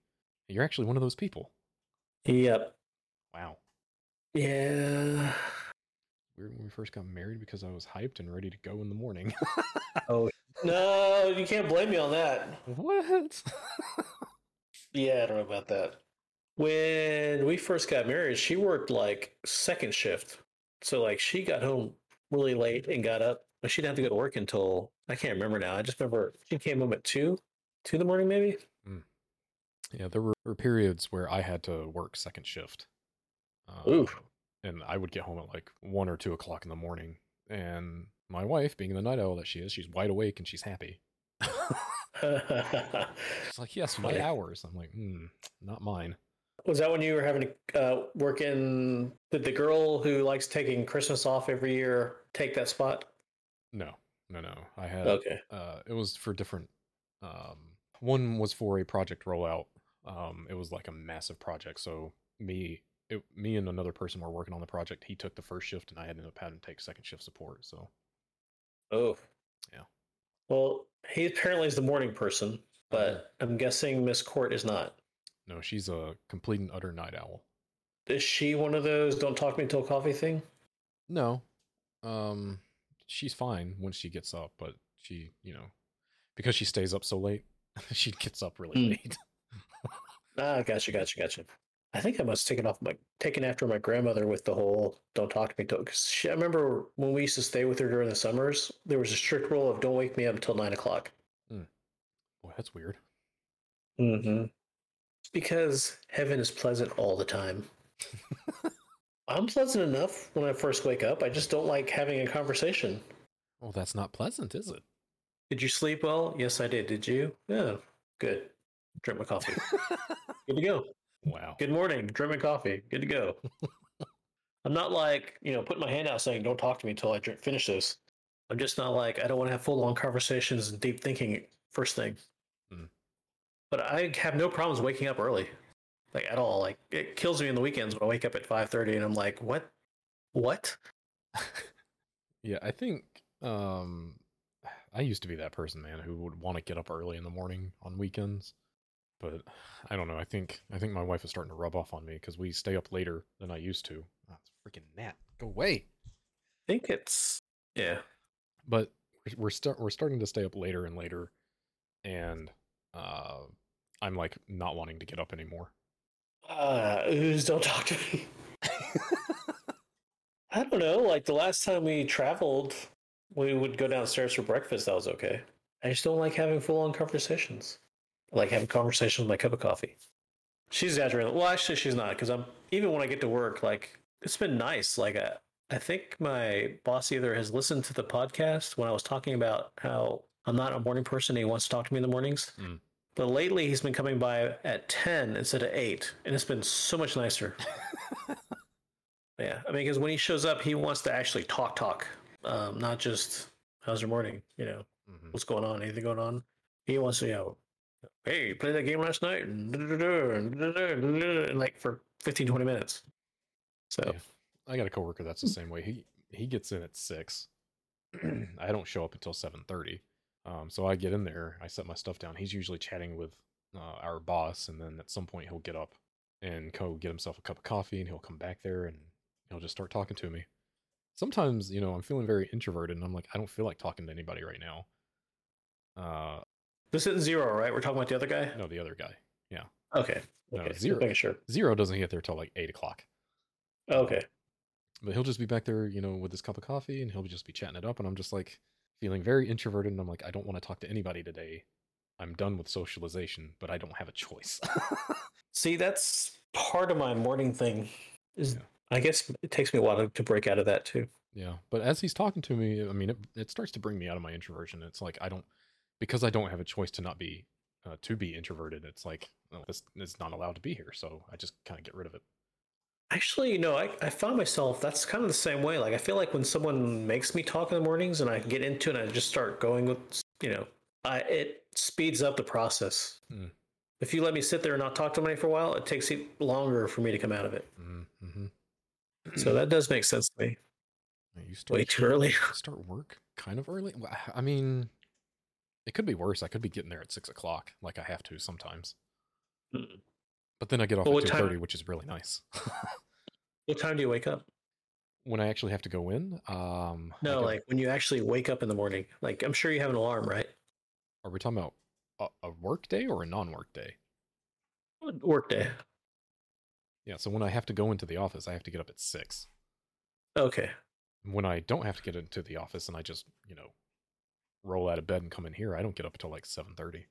you're actually one of those people
yep,
wow
yeah.
weird when we first got married because i was hyped and ready to go in the morning
No, you can't blame me on that.
what
Yeah, I don't know about that. When we first got married, she worked like second shift, so like she got home really late and got up. But she didn't have to go to work until I can't remember now. I just remember she came home at two, two in the morning maybe.
Yeah, there were, were periods where I had to work second shift. Uh,
Oof.
And I would get home at like one or two o'clock in the morning. And my wife, being the night owl that she is, she's wide awake and she's happy. She's like, yes, my
Funny.
hours. I'm like, hmm, not mine.
Was that when you were having to uh, work in? Did the girl who likes taking Christmas off every year take that spot?
No, no, no. I had,
Okay.
uh, it was for different, um, one was for a project rollout. Um, it was like a massive project. So me, it, me and another person were working on the project. He took the first shift and I ended up having to take second shift support. So
Oh.
Yeah.
Well, he apparently is the morning person,
Uh-huh.
but I'm guessing Miss Court is not.
No, she's a complete and utter night owl.
Is she one of those "don't talk to me till coffee" thing?
No. Um she's fine when she gets up, but she, you know, because she stays up so late, she gets up really
Mm.
late.
Ah, gotcha, gotcha, gotcha. I think I must have taken off my taken after my grandmother with the whole "don't talk to me" till. Cause she, I remember when we used to stay with her during the summers, there was a strict rule of "don't wake me up until nine o'clock."
Boy, that's weird.
Mm-hmm. Because heaven is pleasant all the time. I'm pleasant enough when I first wake up. I just don't like having a conversation.
Oh, that's not pleasant, is it?
Did you sleep well? Yes, I did. Did you? Yeah. Good. Drink my coffee. Good to go.
Wow.
Good morning. Drink my coffee. Good to go. I'm not like, you know, putting my hand out saying, don't talk to me until I drink, finish this. I'm just not like, I don't want to have full on conversations and deep thinking first thing.
Mm.
But I have no problems waking up early, like at all. Like it kills me in the weekends when I wake up at 5.30 and I'm like, what? What?
Yeah, I think um I used to be that person, man, who would want to get up early in the morning on weekends. But I don't know. I think I think my wife is starting to rub off on me because we stay up later than I used to. Ah, freaking nap. Go away.
I think it's, yeah.
but we're- we're start we're starting to stay up later and later, and uh, I'm like not wanting to get up anymore.
Uh, ooze, don't talk to me. I don't know. Like the last time we traveled, we would go downstairs for breakfast. That was okay. I just don't like having full on conversations. I like having conversations with my cup of coffee. She's exaggerating. Well, actually, she's not because I'm even when I get to work, like it's been nice. Like I, I think my boss either has listened to the podcast when I was talking about how I'm not a morning person. And he wants to talk to me in the mornings.
Mm.
But lately, he's been coming by at 10 instead of 8, and it's been so much nicer. yeah, I mean, because when he shows up, he wants to actually talk, talk, um, not just, how's your morning? You know,
Mhm.
what's going on? Anything going on? He wants to, you know, hey, you played that game last night? And, da-da-da-da, and da-da-da-da-da," and like for 15, 20 minutes. So
Yeah. I got a coworker that's the same way. He he gets in at six. I don't show up until seven thirty. Um, so I get in there, I set my stuff down. He's usually chatting with uh, our boss, and then at some point he'll get up and go get himself a cup of coffee, and he'll come back there and he'll just start talking to me. Sometimes, you know, I'm feeling very introverted, and I'm like, I don't feel like talking to anybody right now. Uh,
this isn't zero, right? We're talking about the other guy.
no, the other guy,
Okay.
No,
Okay. just
zero.
Making sure.
zero, doesn't get there till like eight o'clock.
Okay.
but he'll just be back there, you know, with his cup of coffee and he'll just be chatting it up. And I'm just like feeling very introverted. And I'm like, I don't want to talk to anybody today. I'm done with socialization, but I don't have a choice.
See, that's part of my morning thing. Is
Yeah.
I guess it takes me a while to, to break out of that too.
yeah. But as he's talking to me, I mean, it, it starts to bring me out of my introversion. It's like, I don't, because I don't have a choice to not be, uh, to be introverted, it's like, well, this is not allowed to be here. So I just kind of get rid of it.
Actually, you know, I, I found myself that's kind of the same way. Like I feel like when someone makes me talk in the mornings and I get into it and I just start going with you know, I it speeds up the process.
Mm.
If you let me sit there and not talk to anybody for a while, it takes it longer for me to come out of it.
Mm-hmm.
So that does make sense to me.
You start
Way too early.
start work kind of early. Well, I- I mean, it could be worse. I could be getting there at six o'clock, like I have to sometimes.
Mm.
But then I get off
Well,
at
what
two
time-
thirty, which is really nice.
What time do you wake up?
when I actually have to go in, um, I
No,
go-
like when you actually wake up in the morning. Like I'm sure you have an alarm, right?
are we talking about a, a work day or a non-work day?
Work day.
Yeah. So when I have to go into the office, I have to get up at six.
Okay.
When I don't have to get into the office, and I just you know roll out of bed and come in here, I don't get up until like seven thirty.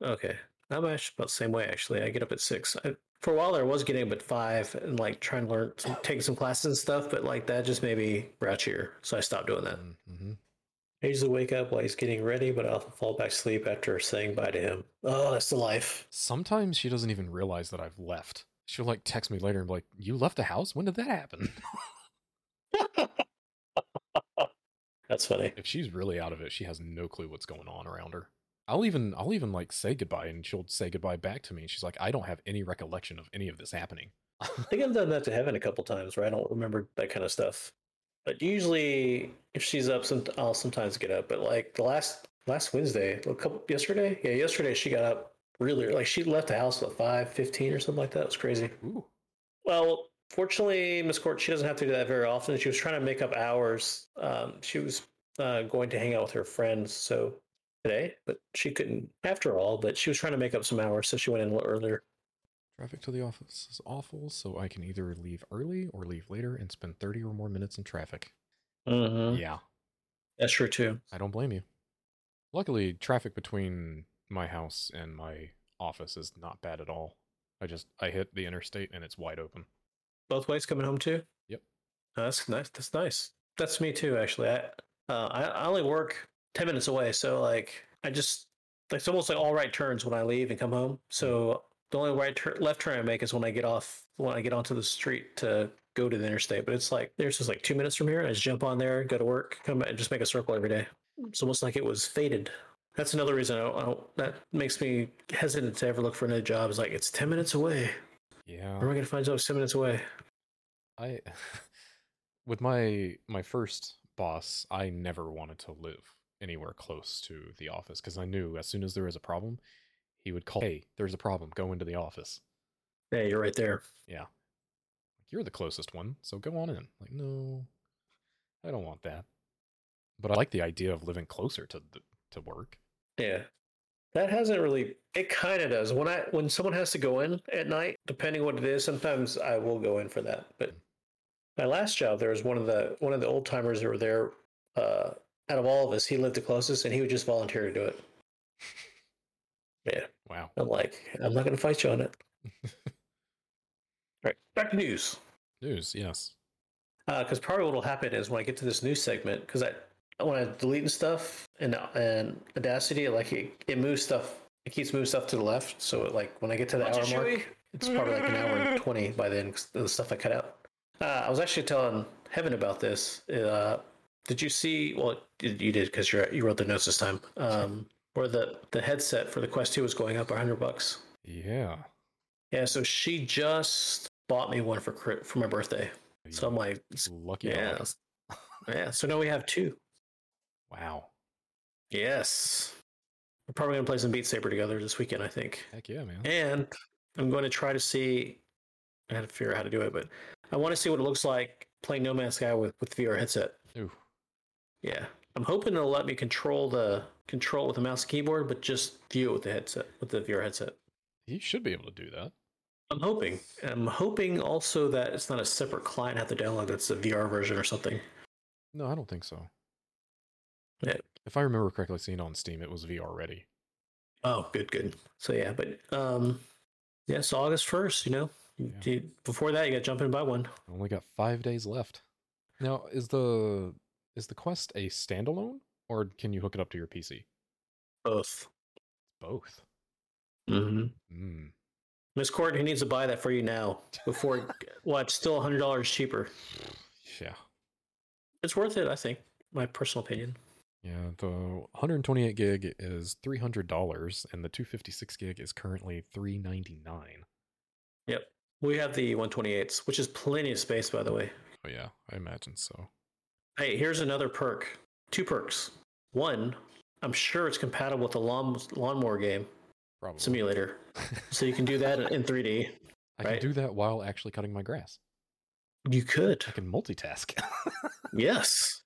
Okay. I'm actually about the same way, actually. I get up at six. I, for a while there, I was getting up at five and like trying to learn, some, take some classes and stuff, but like that just made me grouchier. So I stopped doing that.
Mm-hmm.
I usually wake up while he's getting ready, but I'll fall back asleep after saying bye to him. Oh, that's the life.
Sometimes she doesn't even realize that I've left. She'll like text me later and be like, "You left the house? When did that happen?"
That's funny.
if she's really out of it, she has no clue what's going on around her. I'll even I'll even like say goodbye and she'll say goodbye back to me and she's like, I don't have any recollection of any of this happening.
I think I've done that to Heaven a couple times where I don't remember that kind of stuff. But usually, if she's up, some, I'll sometimes get up. But like the last last Wednesday, a couple yesterday, yeah, yesterday she got up really like she left the house at five fifteen or something like that. It was crazy.
Ooh.
Well, fortunately, Miss Court she doesn't have to do that very often. She was trying to make up hours. Um, she was uh, going to hang out with her friends, so today, but she couldn't after all. But she was trying to make up some hours, so she went in a little earlier.
Traffic to the office is awful, so I can either leave early or leave later and spend 30 or more minutes in traffic.
Mm-hmm.
Yeah,
That's true too.
I don't blame you. Luckily, traffic between my house and my office is not bad at all. I just I hit the interstate and it's wide open.
both ways coming home too.
Yep.
Oh, that's nice. That's nice. That's me too, actually. I, uh, I I only work ten minutes away, so like I just it's almost like all right turns when I leave and come home. So the only right tur left turn I make is when I get off when I get onto the street to go to the interstate. But it's like there's just like two minutes from here. I just jump on there, go to work, come back, and just make a circle every day. It's almost like it was fated. That's another reason I don't, I don't. That makes me hesitant to ever look for another job. Is like it's ten minutes away.
Yeah.
Where
Uh-huh.
am I going to find a job ten minutes away?
I with my my first boss, I never wanted to live anywhere close to the office because I knew as soon as there was a problem, he would call, "Hey, there's a problem. Go into the office."
Yeah, you're right there.
Like, You're the closest one, so go on in. Like, no, I don't want that. But I like the idea of living closer to the, to work.
Yeah. That hasn't really it kind of does. When I when someone has to go in at night, depending what it is, sometimes I will go in for that. But my last job there was one of the one of the old timers that were there uh out of all of us, he lived the closest and he would just volunteer to do it.
Wow.
I'm like, I'm not gonna fight you on it. all right, back to news.
News, yes.
because Uh, probably what will happen is when I get to this new segment, because I when I delete and stuff and and Audacity, like it, it moves stuff, it keeps moving stuff to the left. So it, like when I get to the
Watch it,
hour
Chewie.
mark, it's probably like an hour and twenty by then 'cause of the stuff I cut out. Uh, I was actually telling Heaven about this. Uh, did you see? Well, you you did because you you wrote the notes this time. Um, where the the headset for the Quest Two was going up hundred bucks.
Yeah.
Yeah, so she just bought me one for cri- for my birthday. So I'm like,
You lucky
yeah,
dog.
yeah. So now we have two.
Wow.
Yes, we're probably gonna play some Beat Saber together this weekend, I think.
Heck yeah, man.
And I'm going to try to see. I had to figure out how to do it, but I want to see what it looks like playing No Man's Sky with with VR headset.
Ooh.
Yeah, I'm hoping it'll let me control the control with the mouse and keyboard, but just view it with the headset with the VR headset.
You should be able to do that.
I'm hoping. I'm hoping also that it's not a separate client I have to download. That's a VR version or something.
No, I don't think so.
Yeah.
If I remember correctly, seeing on Steam, it was VR ready.
Oh, good, good. So yeah, but um, yeah, so August first, you know.
Yeah.
Dude, before that, you got to jump in and buy one.
I only got five days left. Now, is the is the Quest a standalone, or can you hook it up to your PC?
Both.
Both.
Mm-hmm.
Mm.
Miss Court, who needs to buy that for you now? Before, it- well, it's still hundred dollars cheaper.
Yeah.
It's worth it, I think. My personal opinion.
Yeah, the 128 gig is $300 and the 256 gig is currently 399.
We have the 128s, which is plenty of space, by the way.
Oh yeah, I imagine so.
Hey, here's another perk. Two perks. One, I'm sure it's compatible with the lawn lawnmower game
Probably.
simulator, so you can do that in 3D.
I
right?
can do that while actually cutting my grass.
You could,
I can multitask.
yes.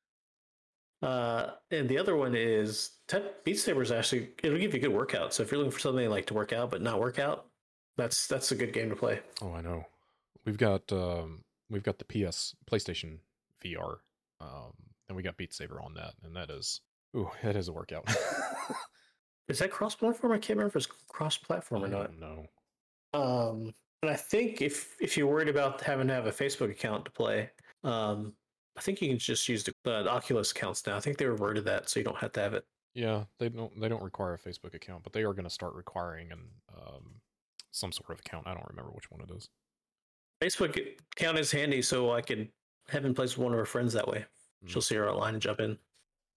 Uh, and the other one is te- Beat Saber is actually it'll give you a good workout. So if you're looking for something like to work out but not work out, that's that's a good game to play.
oh, I know. We've got um we've got the PS PlayStation VR um and we got Beat Saber on that and that is ooh, that is a workout.
Is that cross platform? I can't remember if it's cross platform or not.
Mm, No.
Um, and I think if if you're worried about having to have a Facebook account to play, um, I think you can just use the, uh, the Oculus accounts now. I think they reverted that, so you don't have to have it.
Yeah, they don't they don't require a Facebook account, but they are going to start requiring an um some sort of account. I don't remember which one it is.
Facebook account is handy, so I can have in place with one of her friends that way. She'll
Mm.
see her online and jump in.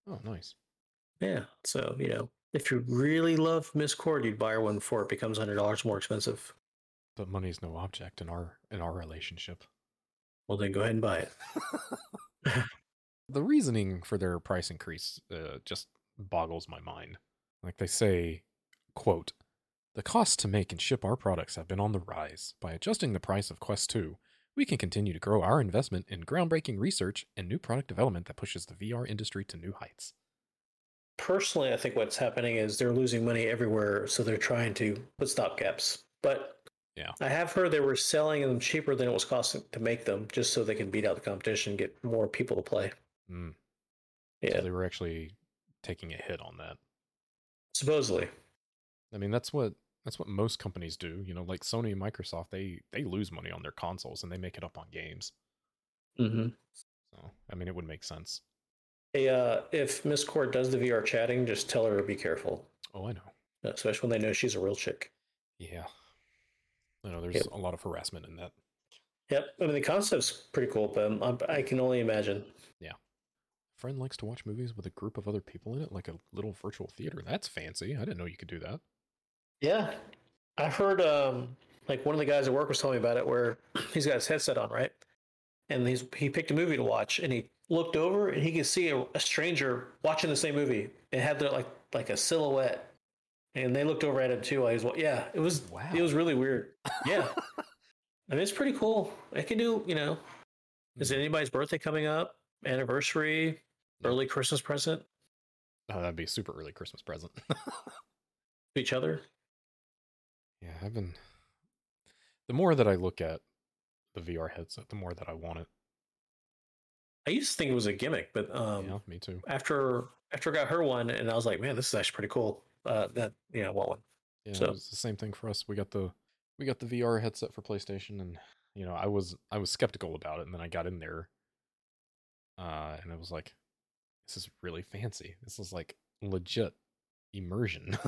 Oh, nice.
Yeah, so you know, if you really love Miss Cord, you'd buy her one before it becomes hundred dollars more expensive.
But money's no object in our in our relationship.
Well, then go ahead and buy it.
the reasoning for their price increase uh, just boggles my mind. Like they say, quote, the costs to make and ship our products have been on the rise. By adjusting the price of Quest 2, we can continue to grow our investment in groundbreaking research and new product development that pushes the VR industry to new heights.
personally, I think what's happening is they're losing money everywhere, so they're trying to put stop gaps. But
Yeah.
I have heard they were selling them cheaper than it was costing to make them, just so they can beat out the competition, get more people to play.
Mm.
Yeah,
So they were actually taking a hit on that.
supposedly.
I mean, that's what that's what most companies do. You know, like Sony and Microsoft, they they lose money on their consoles and they make it up on games.
Mm-hmm.
So, I mean, it would make sense.
Hey, uh, if Miss Court does the VR chatting, just tell her to be careful,
Oh, I know.
especially when they know she's a real chick.
Yeah. I know there's
Yep.
a lot of harassment in that.
Yep. I mean, the concept's pretty cool, but um, I, I can only imagine.
Friend likes to watch movies with a group of other people in it, like a little virtual theater. That's fancy. I didn't know you could do that.
Yeah. I heard um like one of the guys at work was telling me about it where he's got his headset on, right? And he's he picked a movie to watch and he looked over and he could see a, a stranger watching the same movie. It had the, like like a silhouette. And they looked over at him too while he was wa- yeah, it was
Wow.
it was really weird. Yeah. I mean it's pretty cool. It can do, you know, is
Hmm.
anybody's birthday coming up? Anniversary,
Yeah.
early Christmas present
Oh, that'd be a super early Christmas present.
to each other.
yeah, I've been. The more that I look at the VR headset, the more that I want it.
I used to think it was a gimmick, but um
yeah, me too.
after after I got her one, and I was like, man, this is actually pretty cool. Uh, that yeah, I want one.
Yeah,
so-
it was the same thing for us. We got the we got the VR headset for PlayStation, and you know, I was I was skeptical about it, and then I got in there, uh, and I was like, this is really fancy. This is like legit immersion.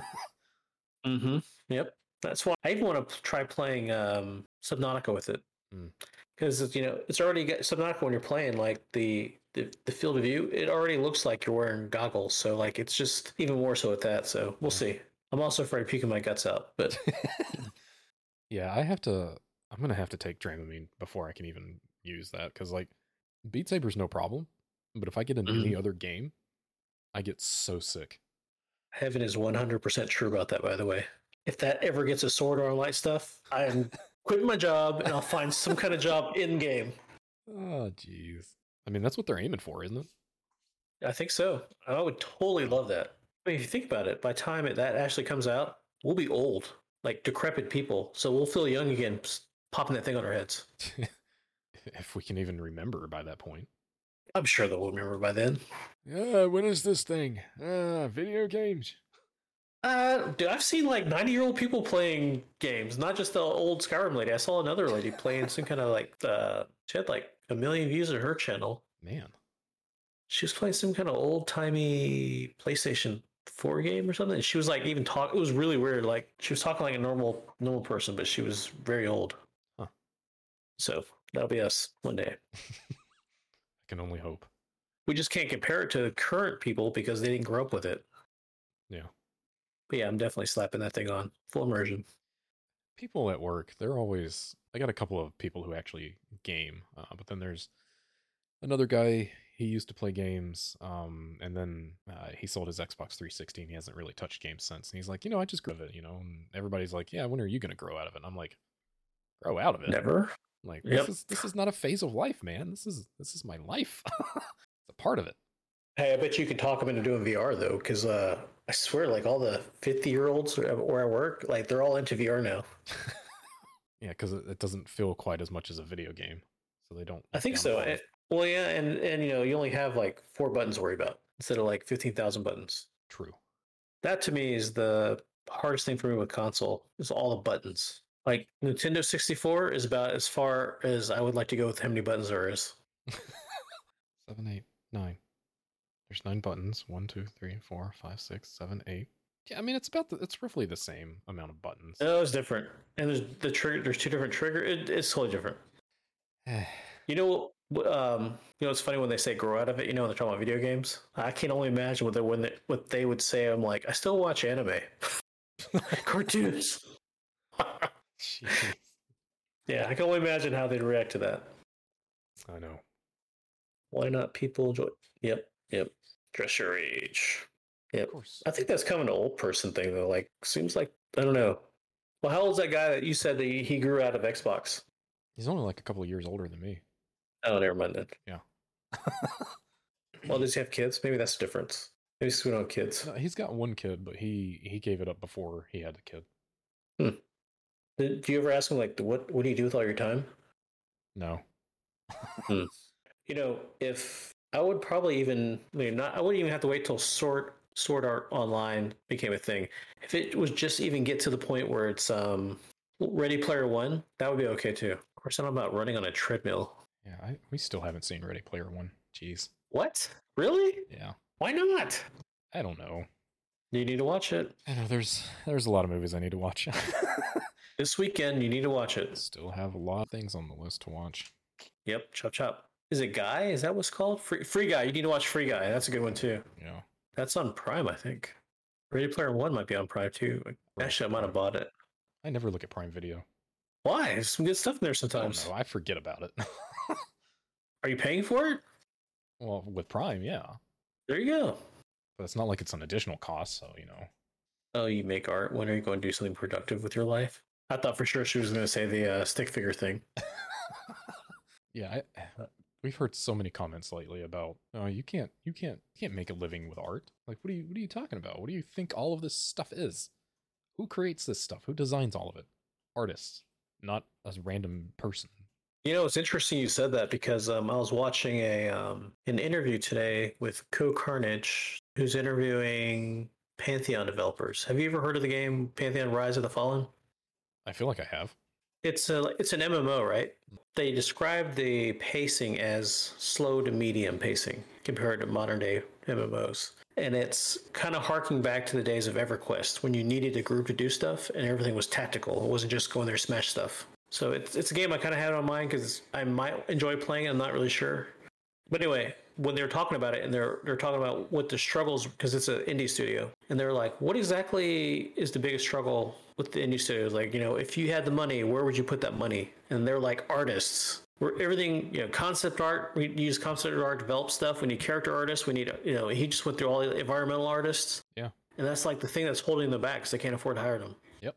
Mm-hmm. Yep. That's why I even want to try playing um, Subnautica with it,
Mm.
because you know it's already got Subnautica when you're playing like the, the the field of view. It already looks like you're wearing goggles, so like it's just even more so with that. So we'll
Yeah.
see. I'm also afraid of puking my guts out, but
yeah, I have to. I'm gonna have to take Dramamine before I can even use that because like Beat Saber's no problem, but if I get into any other game, I get so sick.
Heaven is 100% true about that, by the way. If that ever gets a sword or light stuff, I am quitting my job and I'll find some kind of job in game.
Oh jeez. I mean that's what they're aiming for, isn't it?
I think so. I would totally love that. I mean, if you think about it, by the time it, that actually comes out, we'll be old, like decrepit people. So we'll feel young again, s- popping that thing on our heads.
if we can even remember by that point.
I'm sure they'll remember by then.
Yeah, when is this thing? Uh, video games.
Uh, dude, I've seen like 90 year old people playing games, not just the old Skyrim lady. I saw another lady playing some kind of like, uh, she had like a million views on her channel.
Man,
She was playing some kind of old timey PlayStation 4 game or something. She was like even talk. It was really weird. Like she was talking like a normal normal person, but she was very old.
Huh.
So that'll be us one day.
I can only hope.
We just can't compare it to current people because they didn't grow up with it.
Yeah.
But yeah, I'm definitely slapping that thing on full immersion.
People at work, they're always. I got a couple of people who actually game, uh, but then there's another guy. He used to play games, um, and then uh, he sold his Xbox 360. And he hasn't really touched games since. And he's like, you know, I just grew out of it, you know. And everybody's like, yeah, when are you gonna grow out of it? And I'm like, grow out of it.
Never.
Like
Yep.
this is this is not a phase of life, man. This is this is my life. it's a part of it.
Hey, I bet you could talk them into doing VR though, because uh, I swear, like all the 50 year olds where I work, like they're all into VR now.
Yeah, because it, it doesn't feel quite as much as a video game, so they don't.
I
look
think
down
so.
upon
And-
it.
well, yeah, and and you know, you only have like four buttons to worry about instead of like fifteen thousand buttons.
True.
That to me is the hardest thing for me with console is all the buttons. Like Nintendo sixty four is about as far as I would like to go with how many buttons there is.
Seven, eight, nine. There's nine buttons. One, two, three, four, five, six, seven, eight. Yeah, I mean it's about the, it's roughly the same amount of buttons.
No, it's different, and there's the trigger. There's two different trigger. It, it's totally different. You know, w- um, you know, it's funny when they say grow out of it. You know, when they're talking about video games. I can only imagine what they when they, what they would say. I'm like, I still watch anime, cartoons.
Jeez.
Yeah, I can only imagine how they'd react to that.
I know.
Why not people enjoy? Yep, yep. Dress your age.
Of course.
I think that's kind of an old person thing though. Like, seems like I don't know. Well, how old's that guy that you said that he he grew out of Xbox?
He's only like a couple of years older than me.
Oh, never mind then.
No,
Well, does he have kids? Maybe that's the difference. Maybe it's 'cause we don't have kids.
he's got one kid, but he he gave it up before he had the kid.
Did- Do you ever ask him like, what what do you do with all your time?
No.
You know, if I would probably even I mean, not, I wouldn't even have to wait till sort sort art online became a thing. If it was just even get to the point where it's um Ready Player One, that would be okay too. Of course, I'm about running on a treadmill.
Yeah, I, we still haven't seen Ready Player One. Jeez.
What? Really?
Yeah.
Why not?
I don't know.
You need to watch it
I know there's there's a lot of movies I need to watch.
this weekend. You need to watch it.
Still have a lot of things on the list to watch.
Yep, chop chop. Is it Guy? Is that what's called? Free, Free Guy. You need to watch Free Guy. That's a good one too.
Yeah.
That's on Prime, I think. Ready Player One might be on Prime too. Actually, I might have bought it.
I never look at Prime Video.
Why? There's some good stuff in there
I
sometimes.
don't know. I forget about it.
Are you paying for it?
well, with Prime, yeah,
There you go.
but it's not like it's an additional cost, so you know.
Oh, you make art. When are you going to do something productive with your life? I thought for sure she was going to say the uh, stick figure thing.
Yeah, I, we've heard so many comments lately about, oh, you can't, you can't, you can't make a living with art. Like, what are you, what are you talking about? What do you think all of this stuff is? Who creates this stuff? Who designs all of it? Artists, not a random person.
You know, it's interesting you said that because um, I was watching a um, an interview today with Co Carnage, who's interviewing Pantheon developers. Have you ever heard of the game Pantheon: Rise of the Fallen?
I feel like I have.
It's a it's an MMO, right? They describe the pacing as slow to medium pacing compared to modern day MMOs. And it's kind of harking back to the days of EverQuest when you needed a group to do stuff and everything was tactical. It wasn't just going there smash stuff. So it's it's a game I kind of had on mind because I might enjoy playing. it, I'm not really sure. But anyway, when they were talking about it, and they're they're talking about what the struggles because it's an indie studio, and they're like, what exactly is the biggest struggle with the indie studios, like, you know, if you had the money, where would you put that money? And they're like artists. Where everything, you know, concept art, we use concept art to develop stuff. We need character artists. We need, you know, he just went through all the environmental artists.
Yeah.
And that's like the thing that's holding them back because they can't afford to hire them.
Yep.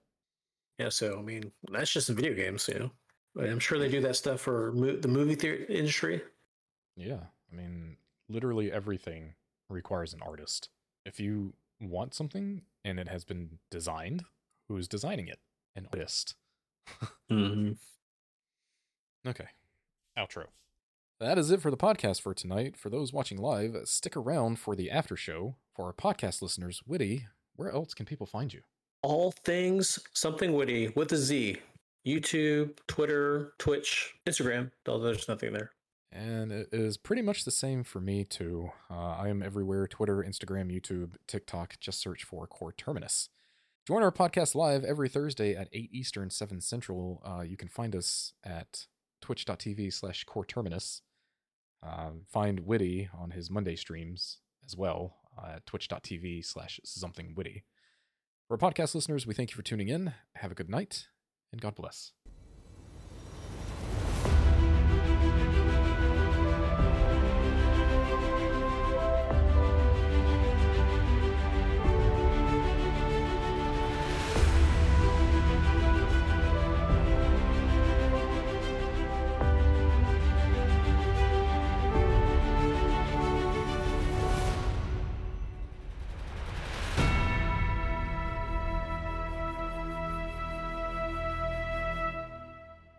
Yeah. So, I mean, that's just in video games, you know. But I'm sure they do that stuff for mo- the movie theater industry.
Yeah. I mean, literally everything requires an artist. If you want something and it has been designed, who's designing it? An artist.
Mm-hmm.
Okay. Outro. That is it for the podcast for tonight. For those watching live, stick around for the after show. For our podcast listeners, Witty, where else can people find you?
all things something witty with a Z. YouTube, Twitter, Twitch, Instagram. Although there's nothing there.
And it is pretty much the same for me, too. Uh, I am everywhere Twitter, Instagram, YouTube, TikTok. Just search for Core Terminus. Join our podcast live every Thursday at 8 Eastern, 7 Central. Uh, you can find us at twitch.tv slash Core Terminus. Um, find Witty on his Monday streams as well uh, at twitch.tv slash something witty. For our podcast listeners, we thank you for tuning in. Have a good night, and God bless.